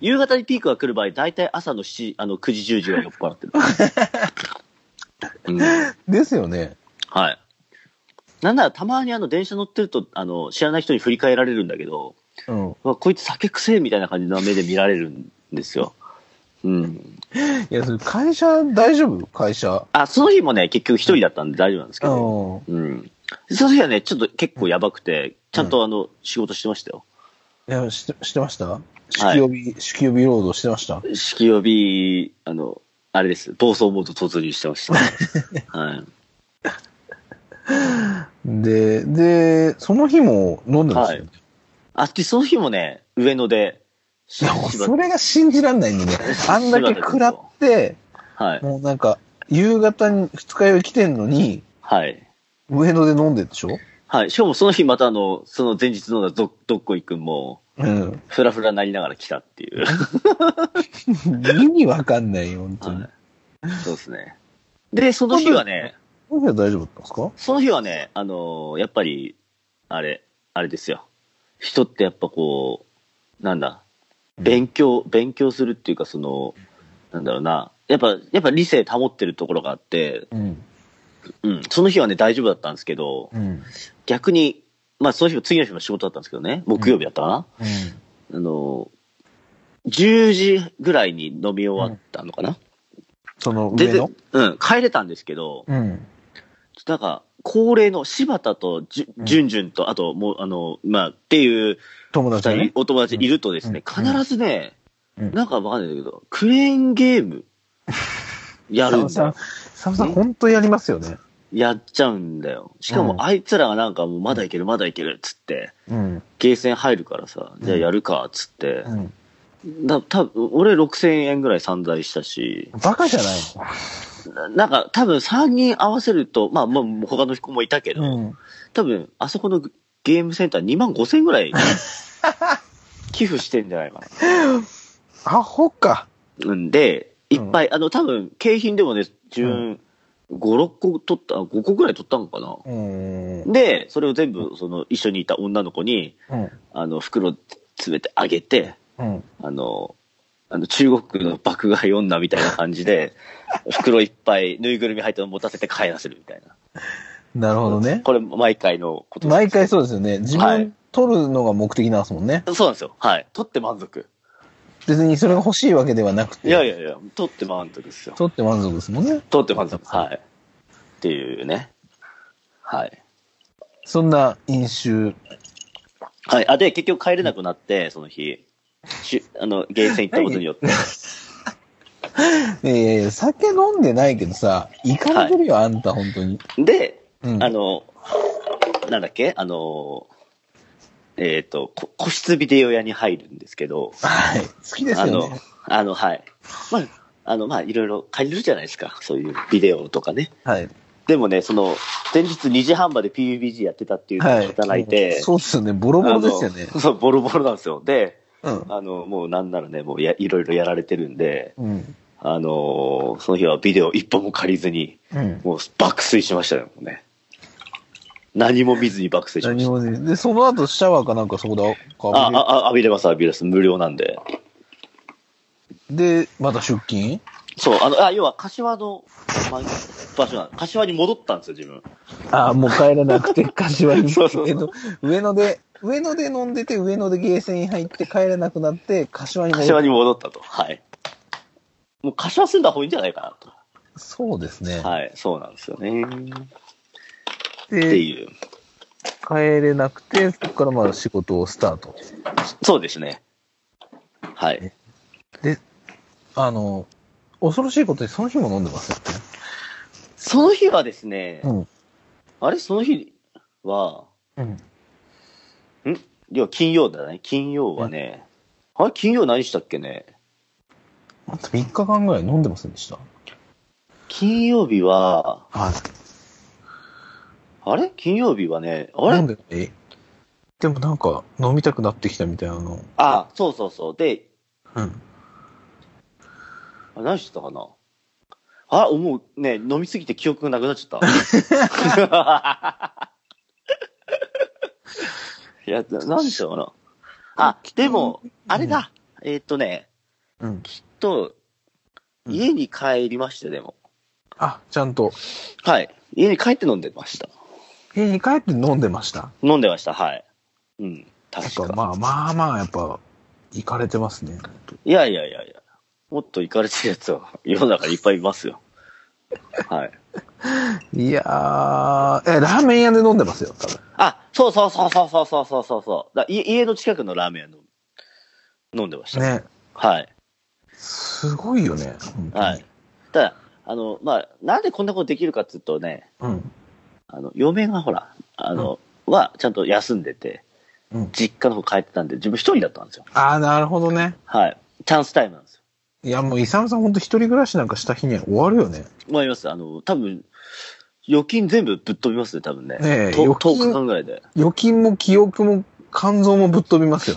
夕方にピークが来る場合、大体朝の7あの9時、10時は酔っ払ってる。うん、ですよね。はい。なんならたまにあの電車乗ってると、あの、知らない人に振り返られるんだけど、うん。うわこいつ酒くせえみたいな感じの目で見られるんですよ。うん。いや、それ会社大丈夫会社。あ、その日もね、結局一人だったんで大丈夫なんですけうど。ん。うん。その日はね、ちょっと結構やばくて、ちゃんとあの、仕事してましたよ。いや、ししてました酒曜日、酒曜日労働してました式曜日、あの、あれです。暴走モード突入して ました。はい。で、で、その日も飲んでましたよね。あ、で、その日もね、上野で、しいや、もうそれが信じらんないんで ね。あんだけ食らって、はい。もうなんか、夕方に二日酔い来てんのに、はい。上野で飲んでるでしょはい。しかもその日またあの、その前日飲んだどどっこいくんも、うん。ふらふらなりながら来たっていう。意味わかんないよ、本当には。いそうですね。で、その日はね、その日は大丈夫だったんですかその日はね、あのーやっぱり、あれ、あれですよ。人ってやっぱこう、なんだ、勉強、勉強するっていうか、その、なんだろうな、やっぱ、やっぱ理性保ってるところがあって、うん。うん、その日はね、大丈夫だったんですけど、うん。逆に、まあ、その日も次の日も仕事だったんですけどね、木曜日だったかな、うん。あのー、10時ぐらいに飲み終わったのかな、そので上でのうん、帰れたんですけど、うん。なんか、恒例の柴田とじゅうんじゅんじゅんと、あと、もう、あの、まあ、っていう、友二達が人ね、。お友達いるとですね、うん必ずね、うんなんかわかんないんだけど、クレーンゲ ーム、やるんださんよ。、サムさん、本当やりますよね。やっちゃうんだよ。しかうも、んあいつらがなんかもう、まだいける、まだいける、つって、うん。ゲーセン入るからさ、うんじゃあやるか、つって。うん。だ多分俺6000円ぐらい散財したし、バカじゃないななんか、多分3人合わせると、まあ、まあ、他の子もいたけど、の。多分あそこのゲームセンター2万5千ぐら い寄付してんじゃないかアホか。な。うんで、いっぱい、あの、多分景品でもね、15、6個取った、5個ぐらい取ったのかな。うん。うん。で、それを全部、その、一緒にいた女の子に、あの、袋詰めてあげて、うん。あの、あの中国の爆買い女みたいな感じ で、袋いっぱい、ぬいぐるみ入ったの持たせて帰らせるみたいな。なるほどね。これ、毎回のことです毎回そうですよね。自はい分取るのが目的なんですもんね。そうなんですよ。はい。取って満足。別にそれが欲しいわけではなくて。いやいやいや、取って満足ですよ。取って満足ですもんね。取って満足。はい。っていうね。はい。そんな飲酒。はい。あ、で、結局帰れなくなって、その日。しあの、ゲーセン行ったことによって。えー、酒飲んでないけどさ、行かれてるよ、あんた、本当に。で、うんあの、なんだっけあの、えっ、と、こ個室ビデオ屋に入るんですけど、はい。好きですあよのね。、あの、はい。まあ、あの、まあ、いろいろ借りるじゃないですか。そういうビデオとかね。はい。でもね、その、前日2時半まで PUBG やってたっていうのを働いて、そうですよね。ボロボロですよねあ。のそう、ボロボロなんですよ。で、うん。あの、もうなんならね、もうや、いろいろやられてるんで、うん。あのーその日はビデオ一本も借りずに、うん。もう爆睡しましたよ、もうね。何も見ずに爆睡しま何した。もね。で、その後、シャワーかなんかそこで顔あ、見あ、あ、浴びれます、浴びれます。無料なんで。て、で、また出勤そう、あの、あ、要は、柏の、ま場所なん柏に戻ったんですよ、自分。ああ、もう帰らなく て、柏にそうそうえっと上野で、上野で飲んでて、上野でゲーセンに入って帰れなくなって、柏に戻柏る。に戻ったと。はい。もう、柏住んだ方がいいんじゃないかなそうですね。と。はい、そうなんですよね。ってで、いう。帰れなくて、そこからまだ仕事をスタート。そうですね。はい。で、あの、恐ろしいことにその日も飲んでますよね。その日はですね、うんあれその日は、うん。要は金曜だね。金曜はね、あれ金曜何したっけねあと3日間ぐらい飲んでませんでした。金曜日は、はい。あれ金曜日はね、あ飲んれでないでもなんか飲みたくなってきたみたいなの。あ、そうそうそう。で、うん。あ何してたかなあ、もうね、飲みすぎて記憶がなくなっちゃった。 いや、な何してたかなあ、でも、あれだ。えーっとね、うん。きっと、うん家に帰りました、でも。あ、ちゃんと。はい。家に帰って飲んでました。家に帰って飲んでました。飲んでました、はい。うん、やっ確ぱか。まあまあまあ、やっぱ、行かれてますね。いやいやいやいや。もっと行かれてるやつは世の中にいっぱいいますよ。はい。いやー、え、ラーメン屋で飲んでますよ、多分。あ、そうそうそうそうそうそうそうそうだい家の近くのラーメン屋の飲んでました。ね。はい。すごいよね。本当にはい。。ただ、あの、まあ、なんでこんなことできるかっていうとね、うん。あの、嫁がほら、あの、はちゃんと休んでて、うん。実家の方帰ってたんで、自分一人だったんですよ。あー、なるほどね。はい。チャンスタイムなんですよ。いや、もう、イサムさん、ほんと一人暮らしなんかした日には終わるよね。思います。あの、多分預金全部ぶっ飛びますね、多分ね。ねえと預金10日間ぐら いで。預金も記憶も肝臓 もぶっ飛びますよ。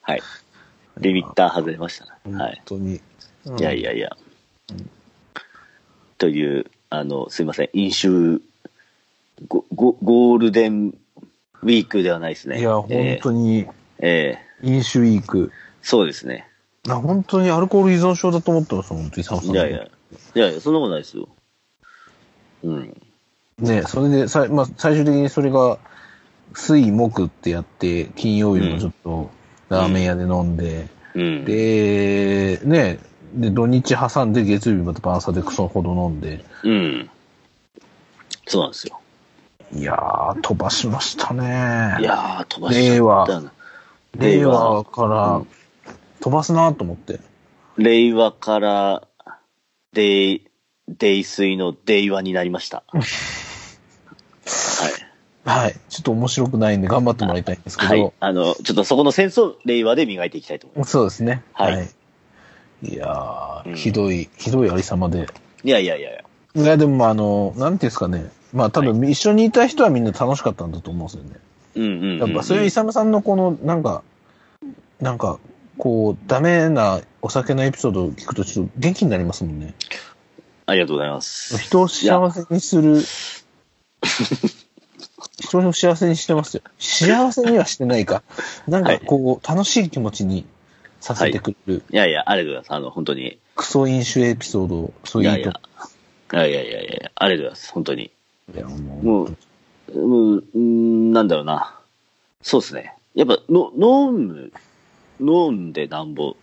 はい。リミッター外れましたね。は本い。当に。うんいやいやいや。という、あの、すいません、飲酒、ゴゴゴールデンウィークではないですね。いや、本当に。に、ええ飲酒ウィーク。そうですね。な本当にアルコール依存症だと思ってます、本当に、サムさん。いやいや。いやいや、そんなことないですよ。うん。ね、それで、さいまあ、最終的にそれが、水、木ってやって、金曜日もちょっと、ラーメン屋で飲んで、うん。で、ね、で、土日挟んで、月曜日また晩餐でクソほど飲んで、うん。そうなんですよ。いやー、飛ばしましたね。いやー、飛ばしちゃったな。令和かうらん、飛ばすなと思って。令和から、で、泥水の令和になりま した。はい。はい。ちょっと面白くないんで頑張ってもらいたいんですけど、はい。あの、ちょっとそこのセンスを令和で磨いていきたいと思いまそうですね。はいいやー、うんひどい、ひどいありさまで。す。いやいやいやいや。いや、でも、あの、なんていうんですかね。まあ、多分、一緒にいた人はみんな楽しかったんだと思うんですよね。うんうんうん、うん。やっぱ、そういうイサムさんのこの、なんか、なんか、こう、ダメなお酒のエピソードを聞くと、ちょっと元気になりますもんね。ありがとうございます。人を幸せにす る。人を幸せにしてますよ。幸せにはしてないか。なんかこう、楽しい気持ちにさせてくれる、いやいや、ありがとうございます。あの、本当に。クソ飲酒エピソードを、そういいうやといや。いやいやいやいやいや、ありがとうございます。本当に。いやもうもう、うんうん、なんだろうな。そうですね。やっぱ、の、飲む、飲んでなんぼ。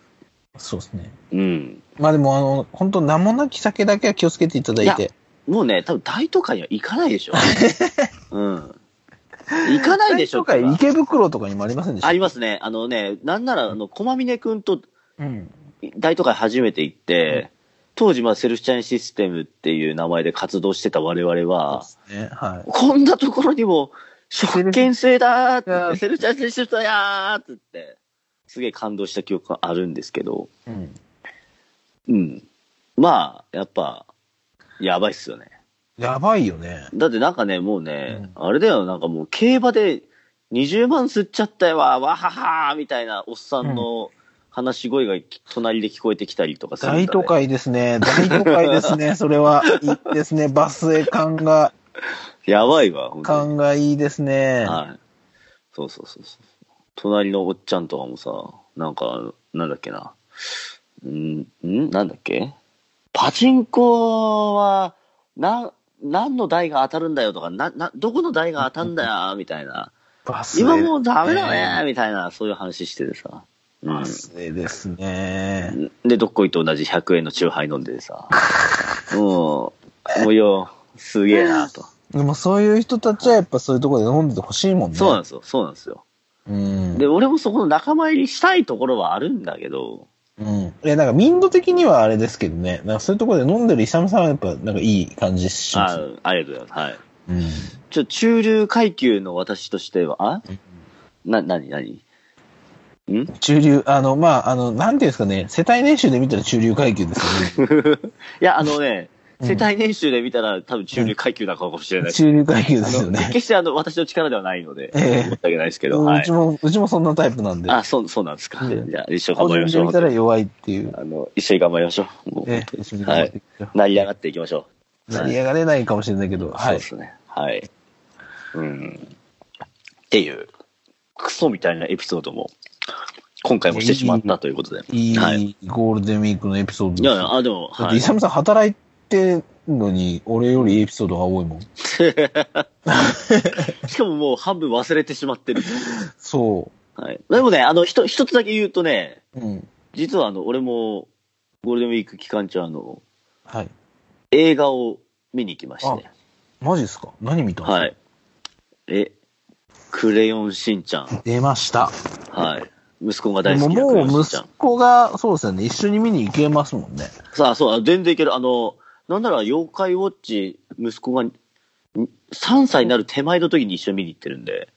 そうですね。うん。まあでも、あの、本当名もなき酒だけは気をつけていただいいやて。もうね、多分大都会には行かない でしょ。うん。行かないでしょ大都会とか池袋とかにもありませんでしたありますね。あのね、なんなら、あの、駒峰くんとうん。大都会初めて行って、当時、まあ、セルフチャインシステムっていう名前で活動してた我々は、そうですね。はい。こんなところにも、職権制だーって、セルフチャインシステムだやーってって、すげえ感動した記憶があるんですけど、うん。うん。まあ、やっぱ、やばいっすよね。やばいよね。だってなんかね、もうね、うあれだよ、なんかもう競馬で20万吸っちゃったよわ、わははーみたいなおっさんの話し声が隣で聞こえてきたりとかするんだね大都会ですね。大都会です ね。それは、いいですね。バスへ感が。やばいわ、本当に。感がいいですね。はい。そうそうそうそう。隣のおっちゃんとかもさ、なんか、なんだっけな。んんなんだっけパチンコは、なん、何の台が当たるんだよとか、な、な、どこの台が当たるんだよ、みたいな。バスへ今もうダメだね、みたいな、そういう話しててさ。うんバスへですね。で、どっこいと同じ100円のチューハイ飲んでさ。 もう、もうよ、すげえなと。でもそういう人たちはやっぱそういうところで飲んでてほしいもんね。そうなんですよ、そうなんですよ。うん。で、俺もそこの仲間入りしたいところはあるんだけど、うん。いや、なんか民度的にはあれですけどね。なんかそういうところで飲んでるイサムさんはやっぱなんかいい感じしまあすね。ありがとうございます。はい。うん。ちょ、中流階級の私としては、あな、なにな にん中流、あの、まあ、あの、なんていうんですかね。世帯年収で見たら中流階級ですよいや、あのね、うん世帯年収で見たら多分中流階級なのかもしれな ね。い。し中流階級ですよね。決してあの、私の力ではないので、ええ申し訳ないですけど、うんはういち。も、うちもそんなタイプなんで。あ、そう、そうなんですか。うんじゃあ、一緒に個頑張人りましでょ見たらう。弱いっていう。あの、一緒に頑張りましょう。もうええ、一緒には頑張っいていきましょう成り上がっていきましょう。成り上がれないかもしれないけど、はい。そうはいで。すね。はい。うん。っていう、クソみたいなエピソードも、今回もしてしまったということで。いい、はい。ゴールデンウィークのエピソードいでやすいや、あ、でも、だっはて、い。イサムさん働いてんのに、俺よりエピソードが多いもん。しかももう半分忘れてしまってる。そはい。でもね、あの、ひと一つだけ言うとね、う。うん。実はあの、俺も、ゴールデンウィーク期間中、あの、はい。映画を見に行きまして。マジですか何見たんですかはい。え、クレヨンしんち ゃん。出ました。はい。息子がで大も好きなクレヨもンうしんちゃ息ん。子が、そうですよね、一緒に見に行けますもんね。さあ、そう、あ全然いける。あの、なんなら妖怪ウォッチ、息子がん3歳になる手前の時に一緒に見に行ってるんで。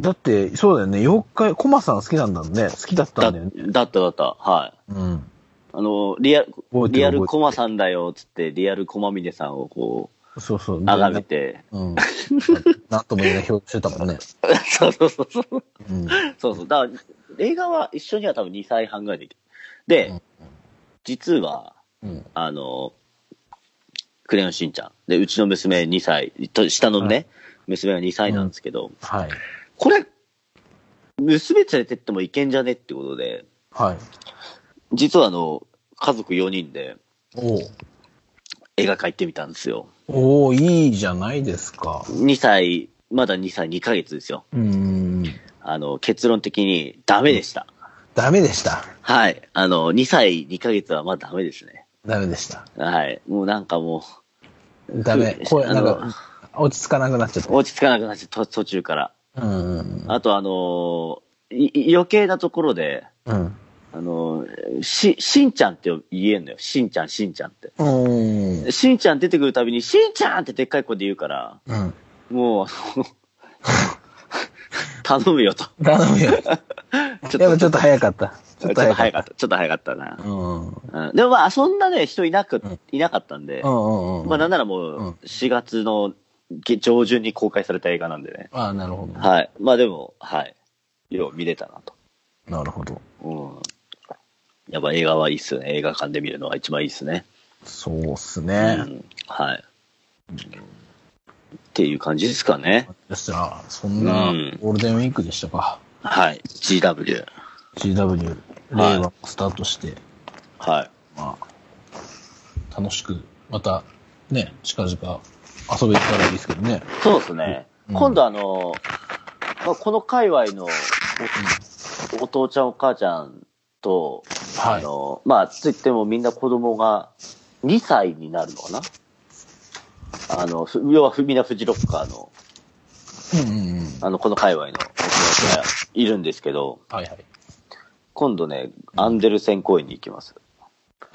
だって、そうだよね、妖怪、コマさん好きなんだもんね。好きだっただんだよね。だっただった。はい。うん。あの、リアル、覚えてるリア覚えてルるコマさんだよ、つって、リアルコマミネさんをこう、そうそう。眺めて。 うん。なんとも言えない表情してたもんね。そうそうそうそう。うん。そうそう。だから、映画は一緒には多分2歳半ぐらいでいて。で、うん実は、うん。あの、クレヨンしんちゃん。で、うちの娘2歳、と下のね、娘が2歳なんですけど、はい。これ、娘連れてってもいけんじゃねってことで、はい。実はあの、家族4人でお映画館行ってみたんですよ。おおいいじゃないですか。 2歳、まだ2歳2ヶ月ですよ。うーん。あの、結論的にダメでした。ダメでした。はい。あの、2歳2ヶ月はまだダメですね。ダメでした。はい。もうなんかもう、ダメ。ふ声、あなのんか、落ち着かなくなっちゃっ落ち着かなくなっちゃった、途中から。た。うんうんあと、あのーいい余計なところで、うん。あのーし、しんちゃんって言えんのよ。しんちゃん、しんちゃんって。うん。うん。しんちゃん出てくるたびに、しんちゃんってでっかい声で言うから、うん。もう、あ の頼むよと。頼むよ。 ちやっょぱっちょっと早かった。ちと、ょちょっっと早かっと早かった。ちょっと早かったなた。。うん。うんうん、でもまあ、そんなね、人いなくうん、いなかったんで、うんうん。まあ、なんだならもうんう、4月の下上旬に公開された映画なんでね。ああ、なるほど。はい。まあでも、はい。よう見れたなと。なるほど。うん。やっぱ映画はいいっすよね。映画館で見るのが一番いいっすね。そうっすうね。ん。はい。っていう感じですかね。そしたら、そんなうんゴールデンウィークでしたか。はい。GW。 GW、令はい和もスタートして、はい。まあ、楽しく、また、ね、近々遊べたらいいですけどね。そうですね。うん今度あの、まあ、この界隈のおお父ちゃんお母ちゃんと、はいあの、まあ、ついってもみんな子供が2歳になるのかなあの、ふ要はふみんなフジロッカーの、うんうんうん。あの、この界隈のお友達がいるんですけど、はいはい。今度ね、アンデルセン公園に行きます。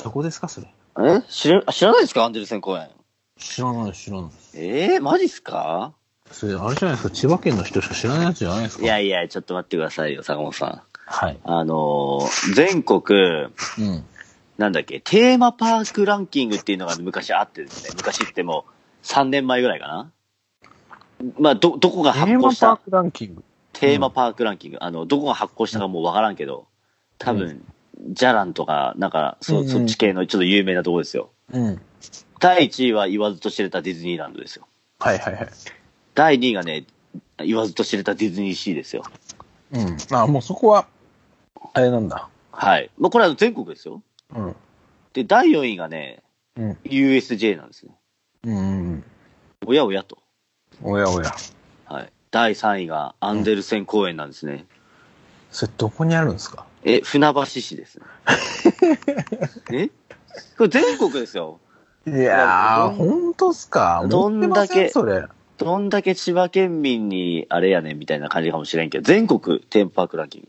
どこですか、それ。え知ら知らないですかアンデルセン公園。知らない、知らない。えー、マジっすかそれ、あれじゃないですか、千葉県の人しか知らないやつじゃないですか。いやいや、ちょっと待ってくださいよ、坂本さん。はい。あのー全国、うん。なんだっけ、テーマパークランキングっていうのが昔あってですね、昔ってもう3年前ぐらいかな。まあ、ど、どこがテ発ーマ行パしたークランキング。テーマパークランキング、あの、どこが発行したかもうわからんけど、多分、ジャランとか、なんか、うんうんそ、そっち系のちょっと有名なとこですよ。うん。第1位は言わずと知れたディズニーランドですよ。はいはいはい。第2位がね、言わずと知れたディズニーシーですよ。うん。あ、もうそこは、あれなんだ。はい。まあ、これは全国ですよ。うん。で、第4位がね、うん。 USJ なんですね。うんうんうん。おやおやと。おやおや。はい。第3位がアンデルセン公園なんですね。それ、どこにあるんですかえ、船橋 市ですね。えこれ全国ですよ。いややーー、ほんとっすか。どんだ持ってけませそれ。どんだけ千葉県民にあれやねんみたいな感じかもしれんけど、全国テーマパークランキン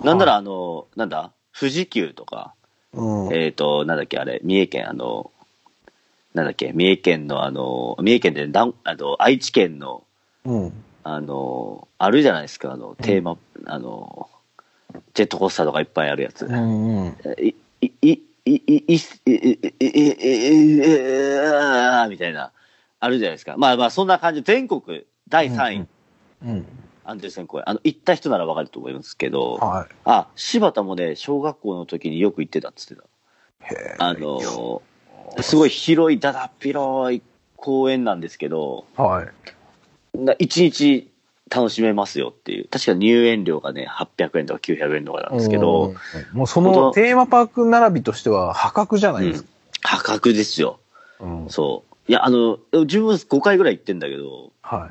グ。なんならあの、なんだ富士急とか、うん。えっ、と、なんだっけ、あれ、三重県、あの、なんだっけ、三重県の、あの、三重県で、なんあの、愛知県の、うん。あの、あるじゃないですか、あの、テーマ、あの、ジェットコースターとかいっぱいあるやつう。んうん。い、い、い、い、い、い、い、い、い、みたいな、あるじゃないですか。まあまあ、そんな感じ、全国第3位、うん。アンデルセン公園。あの、行った人ならわかると思いますけど、はあ、柴田もね、小学校の時によく行ってたっつってた。い。へえ。あの、すごい広い、だだっ広い公園なんですけど、はい。な一日楽しめますよっていう。確か入園料がね、800円とか900円とかなんですけうどん、、もうそ本当のテーマパーク並びとしては破格じゃなういですんか。、破格ですよ。うん。そう。いや、あの、自分は5回ぐらい行ってんだけど、は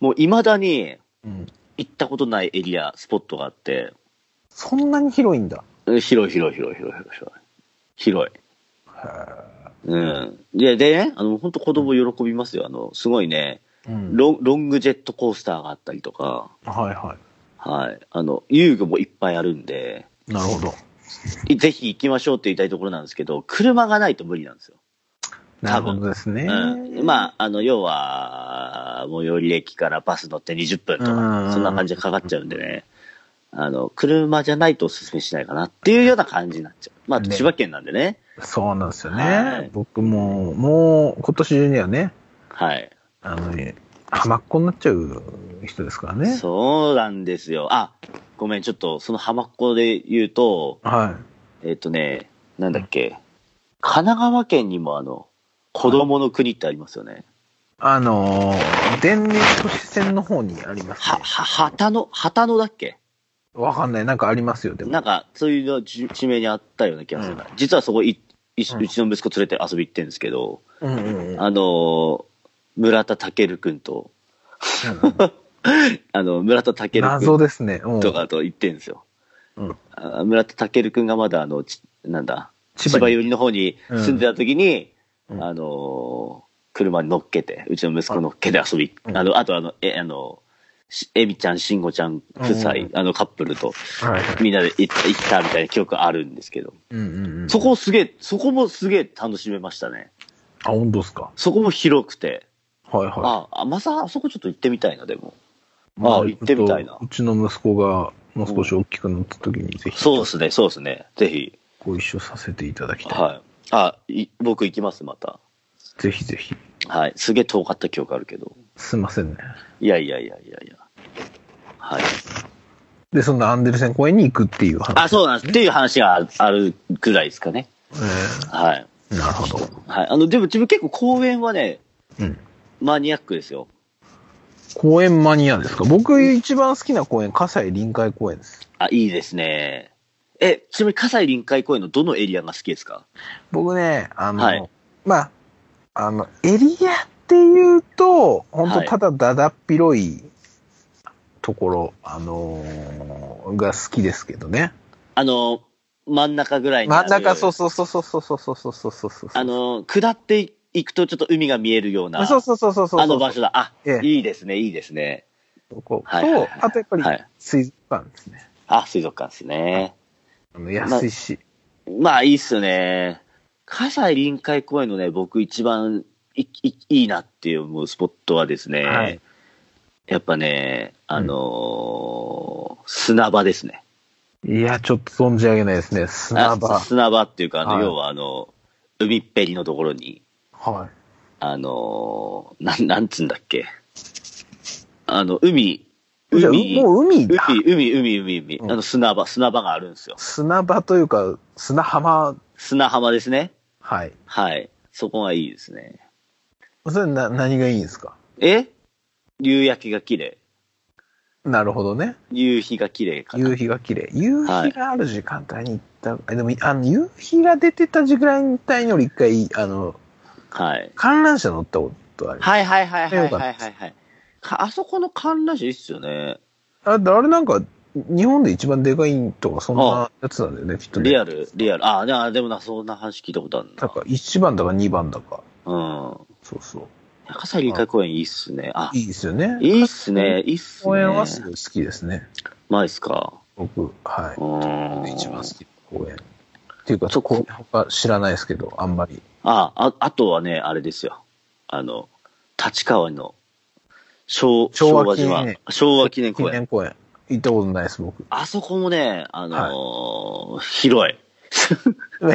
もう未だにい。うん。行ったことないエリア、スポットがあって、そんなに広いんだ。うん広い広い広い広い広い広い。広い。へうん。で、でね、あの、本当子供喜びますよ。あの、すごいね、え。うん。ロンロングジェットコースターがあったりとか、はいははい。あの、遊具もいっぱいあるんで、い。なるほど。ぜひ行きましょうって言いたいところなんですけど、車がないと無理なんですよ。なるほどですね。うん、まあ、あの、要は、最寄り駅からバス乗って20分とうか、んそんな感じでかかっちゃうんでね、あの、車じゃないとお勧めしないかなっていうような感じになっちゃう。まあ、ね千葉県なんでね。そうなんですよはいね。僕も、もう今年中にはね、はい。あの、浜っ子になっちゃう人ですからね。そうなんですよ。あ、ごめん、ちょっと、その浜っ子で言うと、はえっ、とね、なんだっけ、神奈川県にもあの、子供の国ってありますよね。い。あのー、電力都市線の方にありますは、ね。は、旗の、旗のだっけわかんない。なんかありますよ、でも。なんか、そういうのじ地名にあったような気がするな。実はそこい、いしうんうちの息子連れて遊び行ってるんですけど、うんうんうん。 あのー村田健君と、あの、村田健謎君ですね。うんとかと行ってるんですよ。うんあ村田健君がまだ、あの、ちなんだ、千千葉葉に寄りの方に住んでた時に、うんあのー車に乗っけて、うちの息子乗っけて遊び、うんあの、あとあの、え、あの、しえみちゃん、しんごちゃん夫妻、うんあのカップルとはい。みんなで行った行ったみたいな記憶あるんですけど、うんうんうん。そこすげえ、そこもすげえ楽しめましたね。あ、本当ですか。そこも広くて、はいはあ、あまさ、あそこちょっと行ってみたいな、でも。い。まあ行ってみたいなうちの息子がもう少し大きくなった時に、ぜひそうですね、そうですね。ぜひ、ご一緒させていただきたい。はい。あ、い僕行きます、また。ぜひぜひ。はい。すげえ遠かった記憶あるけど。すいませんね。いやいやいやいやいや。はい。で、そんなアンデルセン公園に行くっていう話。あ、そうなんです。っていう話がああるくらいですかね。えはい。ーなるほど。はい。あの、でも自分結構公園はね、うん。マニアックですよ。公園マニアですか僕一番好きな公園、葛西臨海公園です。あ、いいですね。え、ちなみに、葛西臨海公園のどのエリアが好きですか僕ね、あの、はいまあ、あの、エリアっていうと、は本い当ただだだっ広いところ、あのーが好きですけどね。あの、真ん中ぐらいにあ真る。ん中、そうそうそうそうそうそうそうそうそうそうそう。あ、の、下っていくとちょっと海が見えるような、そうそうそうそうそう。あの場所だ。あ、ええいいですね、いいですね。とこ、はいはいはいと、あとやっぱりはい水族館ですね。あ、水族館ですね。あの安いし。まあ、いいっすよね。葛西臨海公園のね、僕一番いいいいなって思うスポットはですね、はいやっぱね、あのー砂場ですね。いや、ちょっと存じ上げないですね。砂あ場。砂場っていうか、あの、はい要はあの、海っぺりのところに、はあのーなん、なんつうんだっけ。あの、海、い。じゃあ海、もう海海だ。、海、海、海、海、うんあの砂場、砂場があるんですよ。砂場というか、砂浜。砂浜ですね。はい。はい。そこがいいですね。それな、何がいいんですかえ夕焼けが綺麗。なるほどね。夕日が綺麗かな。夕日が綺麗。夕日がある時間帯に行った、えでも、あの、夕日が出てた時間帯に俺一回、あの、はい。観覧車乗ったことある。はいはいはいはいよかはったいではいはい。かあそこの観覧車いいっすよね。あだあれなんか、日本で一番でかいとか、そんなやつなんだよね、きっとね。リアル、リアル。あ、であでもな、そんな話聞いたことあるなんな。か、1番だか2番だか。うん。そうそう。高西臨海公園いいっすね。あ、いいですよね。いいっすね。いいっすね。公園はすごい好きですね。まあいいっすか。僕、はうい。ん。一番好きな公園。っていうか、そそここ、他知らないですけど、あんまり。あ、あ、あとはね、あれですよ。あの、立川の昭昭昭和和記島念、昭和記念公記園。念公園。行ったことないです、僕。あそこもね、あのー広い。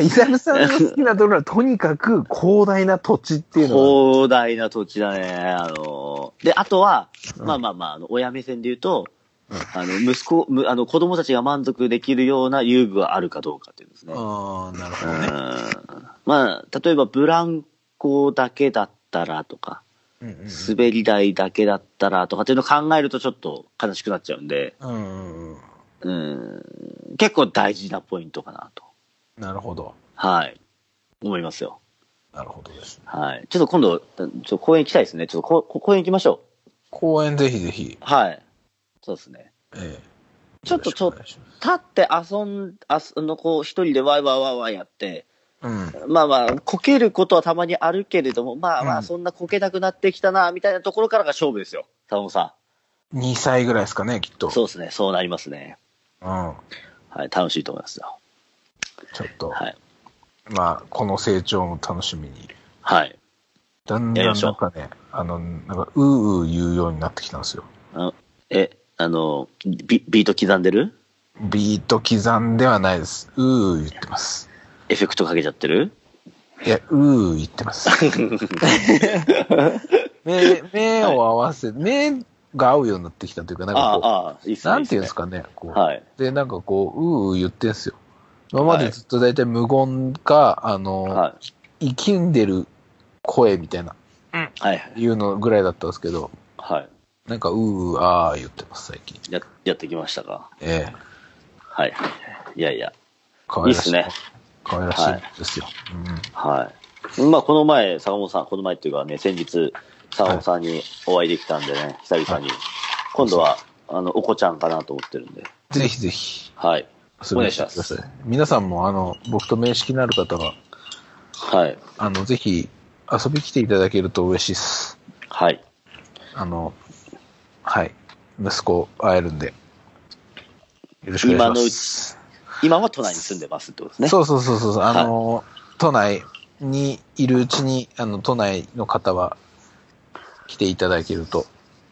イザルさんの好きなところは、とにかく広大な土地っていうのは、広大な土地だね。あのーで、あとは、うんまあまあまあ、あの親目線で言うと、うんあの、息子、むあの、子供たちが満足できるような遊具があるかどうかっていうんですね。うんああ、なるほどね。まあ、例えば、ブランコだけだったらとか、うんうん滑り台だけだったらとかっていうのを考えるとちょっと悲しくなっちゃうんで、うんうんうん。うん、結構大事なポイントかなと。なるほど。はい。思いますよ。なるほどですね。はい。ちょっと今度、ちょっと公園行きたいですね。ちょっとこ公園行きましょ公園ぜひぜひう。。はい。そうですね。ええちょっとちょっとよろしくお願いします立って遊ん、あその、こう、一人でワイワイワイワイやって、うん。まあまあ、こけることはたまにあるけれども、まあまうあ、んそんなこけなくなってきたな、みたいなところからが勝負ですよ。佐野さ2歳ぐらいですかね、きっと。ん。そうですね。そうなりますね。うん。はい。楽しいと思いますよ。ちょっと、はい。まあ、この成長も楽しみに。はい。だんやりだまんしょなうんかね、あの、なんか、うーうー言うようになってきたんですよ。え、あの、ビビート刻んでるビート刻んではないです。うーうー言ってます。エフェクトかけちゃっ てるいや、うーうー言ってます。目、目を合わせ、目が合うようになってきたというか、なんかこああ、いいっう、すね。なんていうんですかかね、こう、はい。で、なんかこう、うーうー言ってんすよ。今までずっと大体無言か、あの、は生きんでる声みたいな、い。はい。いうのぐらいだったんですけど、はなんか、うーうーあー言ってます、最近。い。や、やってきましたか。ええはい。いやいや。可愛らしいいっすね可愛らしいですよ。はい。まあ、この前、坂本さん、この前っていうかね、先日、坂本さんにお会いできたんでね、久々に。今度は、あの、お子ちゃんかなと思ってるんで。うん。ぜひぜひ、はい。遊びに来てください。皆さんも、あの、僕と面識のある方は、はい。あの、ぜひ、遊びに来ていただけると嬉しいです。はい。あの、はい。息子会えるんで。よろしくお願いします。今のうち、今は都内に住んでますってことですね。そうそうそうそうそう。あの、都内にいるうちに、あの、都内の方は来ていただけると、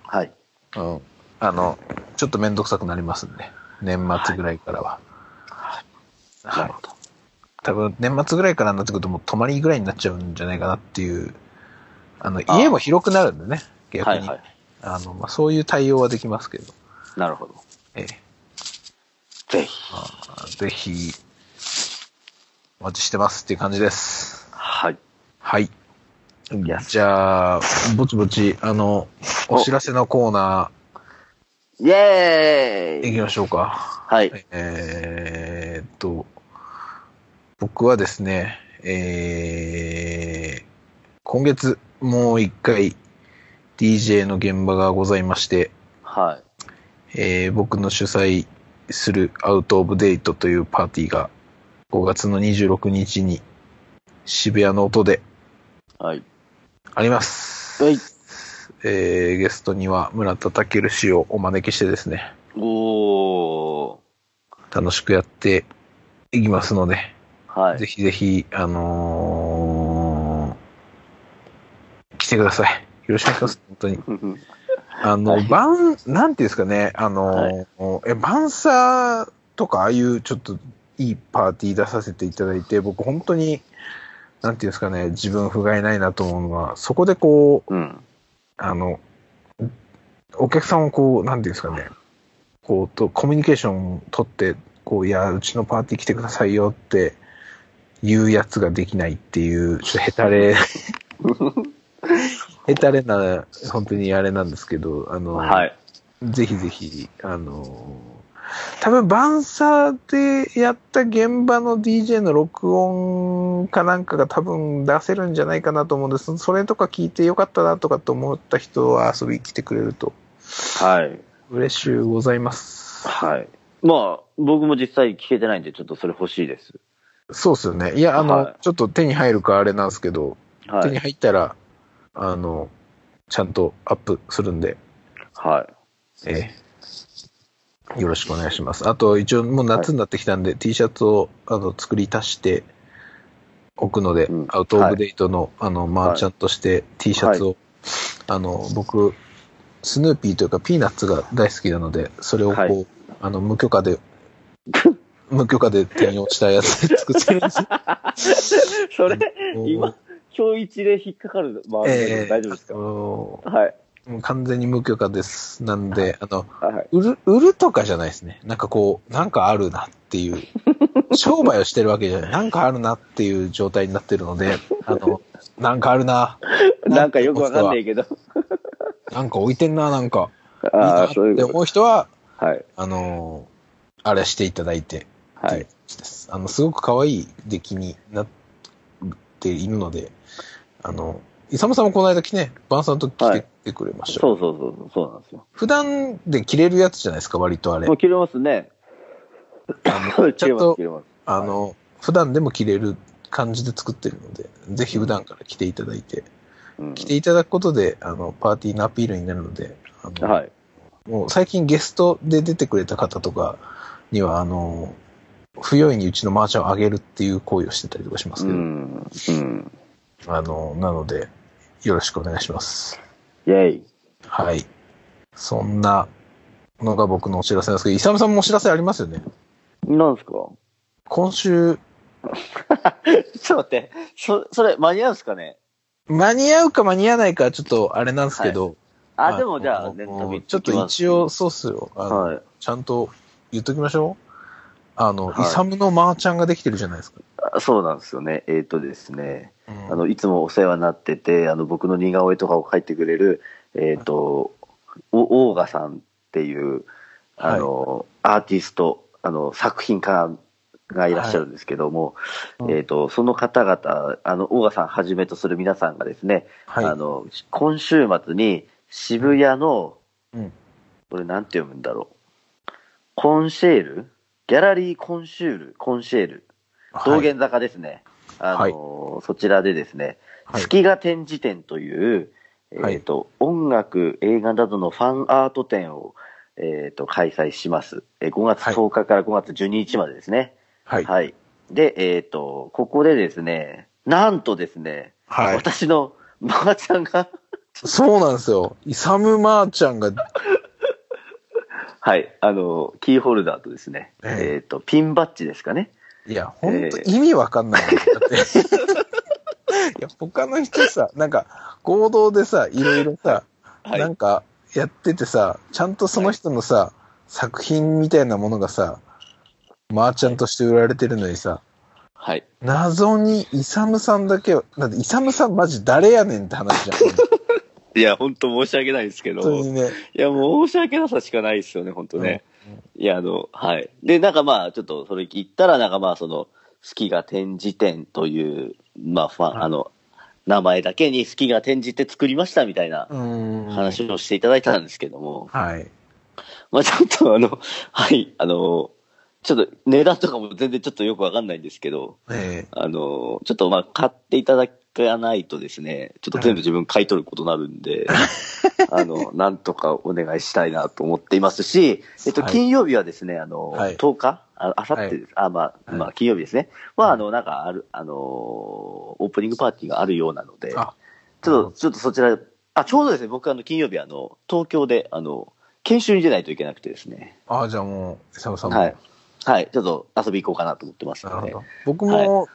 はい。うん。あの、ちょっと面倒くさくなりますんで、年末ぐらいからは。はい。なるほど。多分、年末ぐらいからになってくると、もう泊まりぐらいになっちゃうんじゃないかなっていう、あの、あ家も広くなるんでね、逆はに。いはい。あの、まあ、そういう対応はできますけど、なるほど。ええ。ぜひ。まあぜひ、お待ちしてますっていう感じです。はい。はい。じゃあ、ぼちぼち、あの、お知らせのコーナイーエー行イきましょうか。はい。えーっと、僕はですね、えー、今月もう一回 DJ の現場がございまして、はい。えー僕の主催するアウトオブデートというパーティーが5月の26日に渋谷の音ではい。あります。はい。えーゲストには村田健氏をお招きしてですね、おー。楽しくやっていきますので、はい。ぜひぜひ、あのー来てください。よろしくお願いします、本当に。あの、はいバン、なんていうんですかね、あのーえ、バンサーとか、ああいうちょっといいパーティー出させていただいて、僕本当に、なんていうんですかね、自分不甲斐ないなと思うのは、そこでこう、うん。あの、お客さんをこう、なんていうんですかね、こう、とコミュニケーションを取って、こう、いや、うちのパーティー来てくださいよっていうやつができないっていう、ちょっとヘタ レ、ヘタレな、本当にあれなんですけど、あの、はい。ぜひぜひ、あの、多分バンサーでやった現場の DJ の録音かなんかが多分出せるんじゃないかなと思うんです。それとか聞いてよかったなとかと思った人は遊びに来てくれるとはい。嬉しゅうございます。はい。まあ、僕も実際聞けてないんで、ちょっとそれ欲しいです。そうっすよね。いや、あの、はいちょっと手に入るかあれなんですけど、は手にい。入ったら、あの、ちゃんとアップするんで、はええ。よろしくお願いします。あと、一応もう夏になってきたんで、T シャツをあの作り足しておくので、うんアウトオブデートの,、あのマーチャンとして T シャツを、あの僕、スヌーピーというかピーナッツが大好きなので、それをこう、はいあの無許可で、 無許可で転用したやつで作 ってるんですよ。い。それ、 今、今日一で引っかかるまあ、ええ大丈夫ですあかのはい。もう完全に無許可です。なんで、あの、はい。売る、売るとかじゃないですね。なんかこう、なんかあるなって いう、商売をしてるわけじゃない。なんかあるなっていう状態になってるので、あの、なんかあるな、なんかよくわかんないけど。なんか置いてんな、なんか、いいあなあ、ってそういうこ思う人は、と。はい。あの、あれしていただいてってはいうい感。じです。あの、すごく可愛い出来になっているので、あの、イサムさんもこの間来ね、バンさんと来はてい来てくれましたよ。そうそうそう、そうなんですよ。普段で着れるやつじゃないですか、割とあれもう。切れますね。あの 切れます、切れます。あの、普段でも着れる感じで作ってるので、ぜひ普段から着ていただいて、うん着ていただくことで、あの、パーティーのアピールになるので、あの、はい。もう最近ゲストで出てくれた方とかには、あの、不用意にうちのマーチャンをあげるっていう行為をしてたりとかしますうけど、ん。うん。あの、なので、よろしくお願いします。イェイ。はい。そんなのが僕のお知らせなんですけど、イサムさんもお知らせありますよね。なんですか今週、ちょっと待って、そそれ間に合うんですかね間に合うか間に合わないかはちょっとあれなんですけど、あ、でもじゃあ、ね、の旅ちょっと一応、、そうっすよ。あのはい。ちゃんと言っときましょう。あの、はいイサムのマーちゃんができてるじゃないですか。あそうなんですよね。えっ、とですね、うんあの、いつもお世話になってて、あの、僕の似顔絵とかを描いてくれる、えっ、と、お、オーガさんっていう、あの、アーティスト、あの、作品家がいらっしゃるんですけども、はいえっ、と、その方々、あの、オーガさんはじめとする皆さんがですね、はい。あの、今週末に渋谷の、うんこれなんて読むんだろう。コンシェールギャラリーコンシュール、コンシェール。道はい玄坂ですね。あのーそちらでですね、はい月が展示展という、えっ、はいと、音楽、映画などのファンアート展を、えっ、と、開催します。えー5月10日から5月12日までですね。は。はいい。で、えっ、と、ここでですね、なんとですね、はい。私のマーちゃんが、そうなんですよ。イサムマーちゃんが、はい、あの、キーホルダーとですね、えええっ、と、ピンバッジですかね。いや、ほんと意味わかんないよ。だって。いや、他の人さ、なんか、合同でさ、いろいろさ、はいなんか、やっててさ、ちゃんとその人のさ、作品みたいなものがさ、マーちゃんとして売られてるのにさ、はい。謎にイサムさんだけは、だってイサムさんマジ誰やねんって話じゃん。いや、本当申し訳ないですけど、本当にね。いや、もう申し訳なさしかないですよね、本当ね。いや、あの、はい。で、なんかまあ、ちょっとそれ聞いたら、なんかまあ、その、好きが展示展という、まあ、ファン、あの、名前だけに好きが転じて作りましたみたいなうん。話をしていただいたんですけども、はい。まあ、ちょっとあの、 はい、あの、ちょっと値段とかも全然ちょっとよくわかんないんですけど、ええあの、ちょっとまあ、買っていただかないとですね、ちょっと全部自分買い取ることになるん で、あの、なんとかお願いしたいなと思っていますし、えっと、はい金曜日はですね、あの、はい10日あ、あさってです。あ、まあ、はいまあ、金曜日ですね。は、はいあの、なんかある、あのー、オープニングパーティーがあるようなので、ちょあっと、ちょっとそちら、あ、ちょうどですね、僕あの、金曜日あの、東京で、あの、研修に出ないといけなくてですね、ああ、じゃあもう、イサムさんも。はい。はい、ちょっと遊び行こうかなと思ってますなのるほで、ど。僕も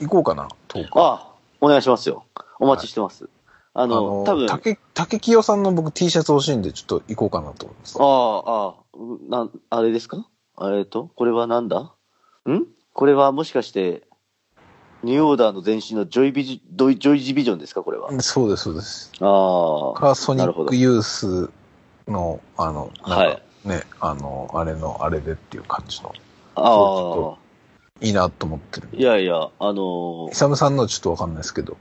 行こうかな、10日。あお願いしますよ。お待ちしてます。ああの、多分、あ竹、竹清さんの僕 T シャツ欲しいんで、ちょっと行こうかなと思います。あ、ああ、うなん、あれですかあれと、これはなんだんこれはもしかして、ニューオーダーの前身のジョイビジ、ドイジョイジビジョンですかこれは。そうです、そうです。ああ、カソニなるほッどクユースの、あの、はなんいか。ね、あの、あれの、あれでっていう感じの、ああそ、いいなと思ってる。いやいや、あ のイサムさんのはちょっとわかんないですけど、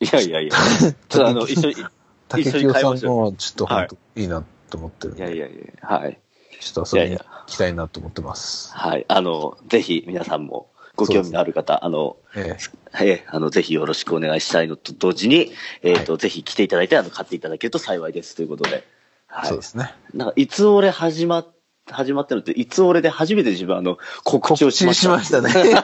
いや いやいや、ちょっとあの、一緒に、い竹一緒に清買いさまんしょのはちょっと本当いいなと思ってるんやいで、やいや、はい。ちょっとい遊やびいにや、行きたいなと思ってます。はい。あの、ぜひ皆さんもご興味のある方、あの、えええ、あの、ぜひよろしくお願いしたいのと同時に、えっ、と、ぜひ来ていただいて、あの、買っていただけると幸いですということで。え、はそういで。すね。なんか、いつ俺始まっ、始まってるのって、いつ俺で初めて自分、あの、告知をしました。しましたね。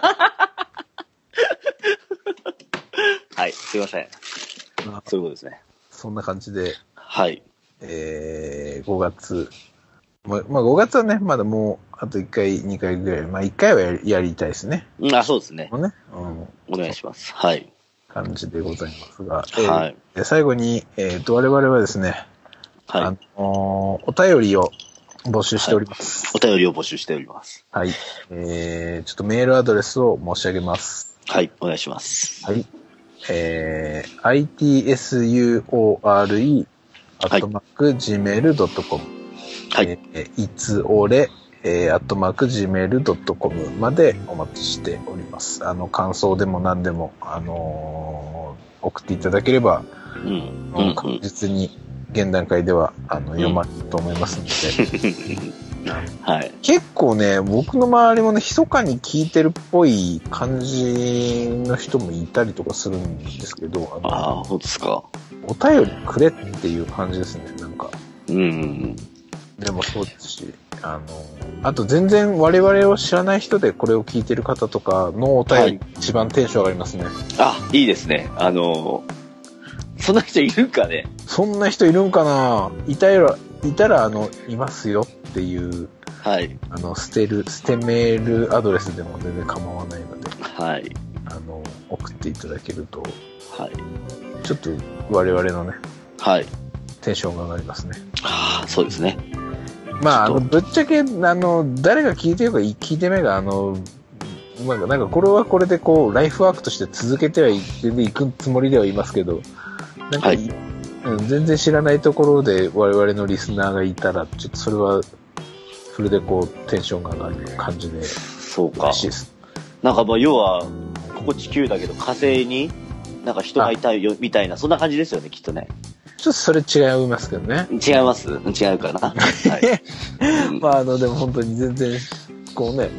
はい。すいません。 そういうことですね。そんな感じで、はい。えー、5月。もうまあ5月はね、まだもう、あと1回、2回ぐらい。まあ1回はやりやりたいですね。うんあ、そうですねも。うね。うん。お願いします。はい。感じでございますが。えーはい。で最後に、えーと、我々はですね、はあい。のーお便りを募集しております。お便りを募集しております。はい、えー、ちょっとメールアドレスを申し上げます。はい。お願いします。はい。えー、itsure アットマーク gmail.com はい。えーいつ俺、えー、アットマーク gmail.com までお待ちしております。あの、感想でも何でも、あのー送っていただければ、うん。うんあの確実に現段階では、あの、読まれると思いますので、 うん。はい。結構ね、僕の周りもね、密かに聞いてるっぽい感じの人もいたりとかするんですけど、あのああ、ほんとですか。お便りくれっていう感じですね、なんか。うん。でもそうですし、あの、あと全然我々を知らない人でこれを聞いてる方とかのおは便いり、一番テンション上がりますね。あ、いいですね。あのーそんな人いるかねそんな人いるんかないたら、いたら、あの、いますよっていう、はい。あの、捨てる、捨てメールアドレスでも全然構わないので、はい。あの、送っていただけると、はい。ちょっと我々のね、はい。テンションが上がりますね。ああ、そうですね。まあ、あちょのっぶっちゃけ、あの、誰が聞いてようか聞いてないが、あの、まあ、なんかこれはこれでこう、ライフワークとして続けてはい全然いくつもりではいますけど、なんか、はいうん全然知らないところで我々のリスナーがいたら、ちょっとそれは、それでこう、テンションが上がる感じでそうか嬉し。いです。なんかまあ、要は、ここ地球だけど、火星に、なんか人がいたよ、みたいな、そんな感じですよね、きっとね。ちょっとそれ違いますけど ね。違います違うか なはい。うんまあ、あの、でも本当に全然、こうね、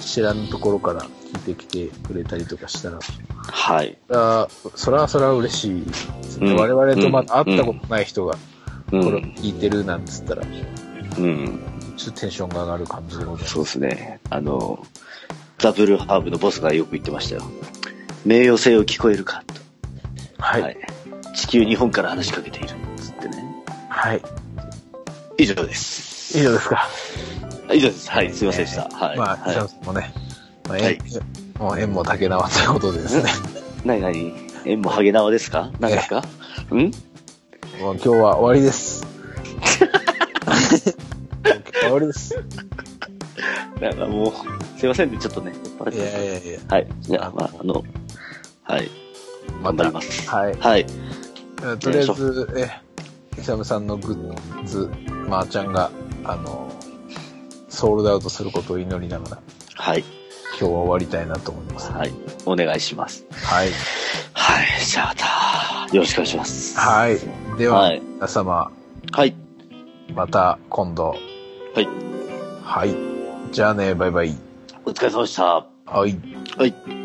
知らんところから聞いてきてくれたりとかしたら、はい。あーそれはそれは嬉しいですね、うん我々とまだ会ったことない人がうこれん。聞いてるなんつったら、ちょうん。っとテンションが上がる感じでございます。そうですね。あの、ザブルーハーブのボスがよく言ってましたよ。名誉性を聞こえるかと。はい。は。はいい。地球日本から話しかけている。つってね。以上です。以上ですか。以上です。はい。すいませんでした。はい。まあ、はシャンスもね、まあ、は縁いもう縁も竹縄ということでですね、い。なになに縁もハゲ縄ですか何ですかんもう今日は終わりです。 今日は終わりです。なんかもう、すいませんね。ちょっとね。酔っ払っいちゃっやいやいや、たはい。じゃあ、まあ、あの、はい。ま頑張たり、ます。はい。はい。えーとりあえず、えー、イサムさんのグッズ、まー、ちゃんが、あの、ソールドアウトすることを祈りながら、はい。今日は終わりたいなと思います。はい。お願いします。はい。はい。じゃあまた、よろしくお願いします。はい。では、はい。皆様、はい。また今度。はい。はい。じゃあね、バイバイ。お疲れ様でした。はい。はい。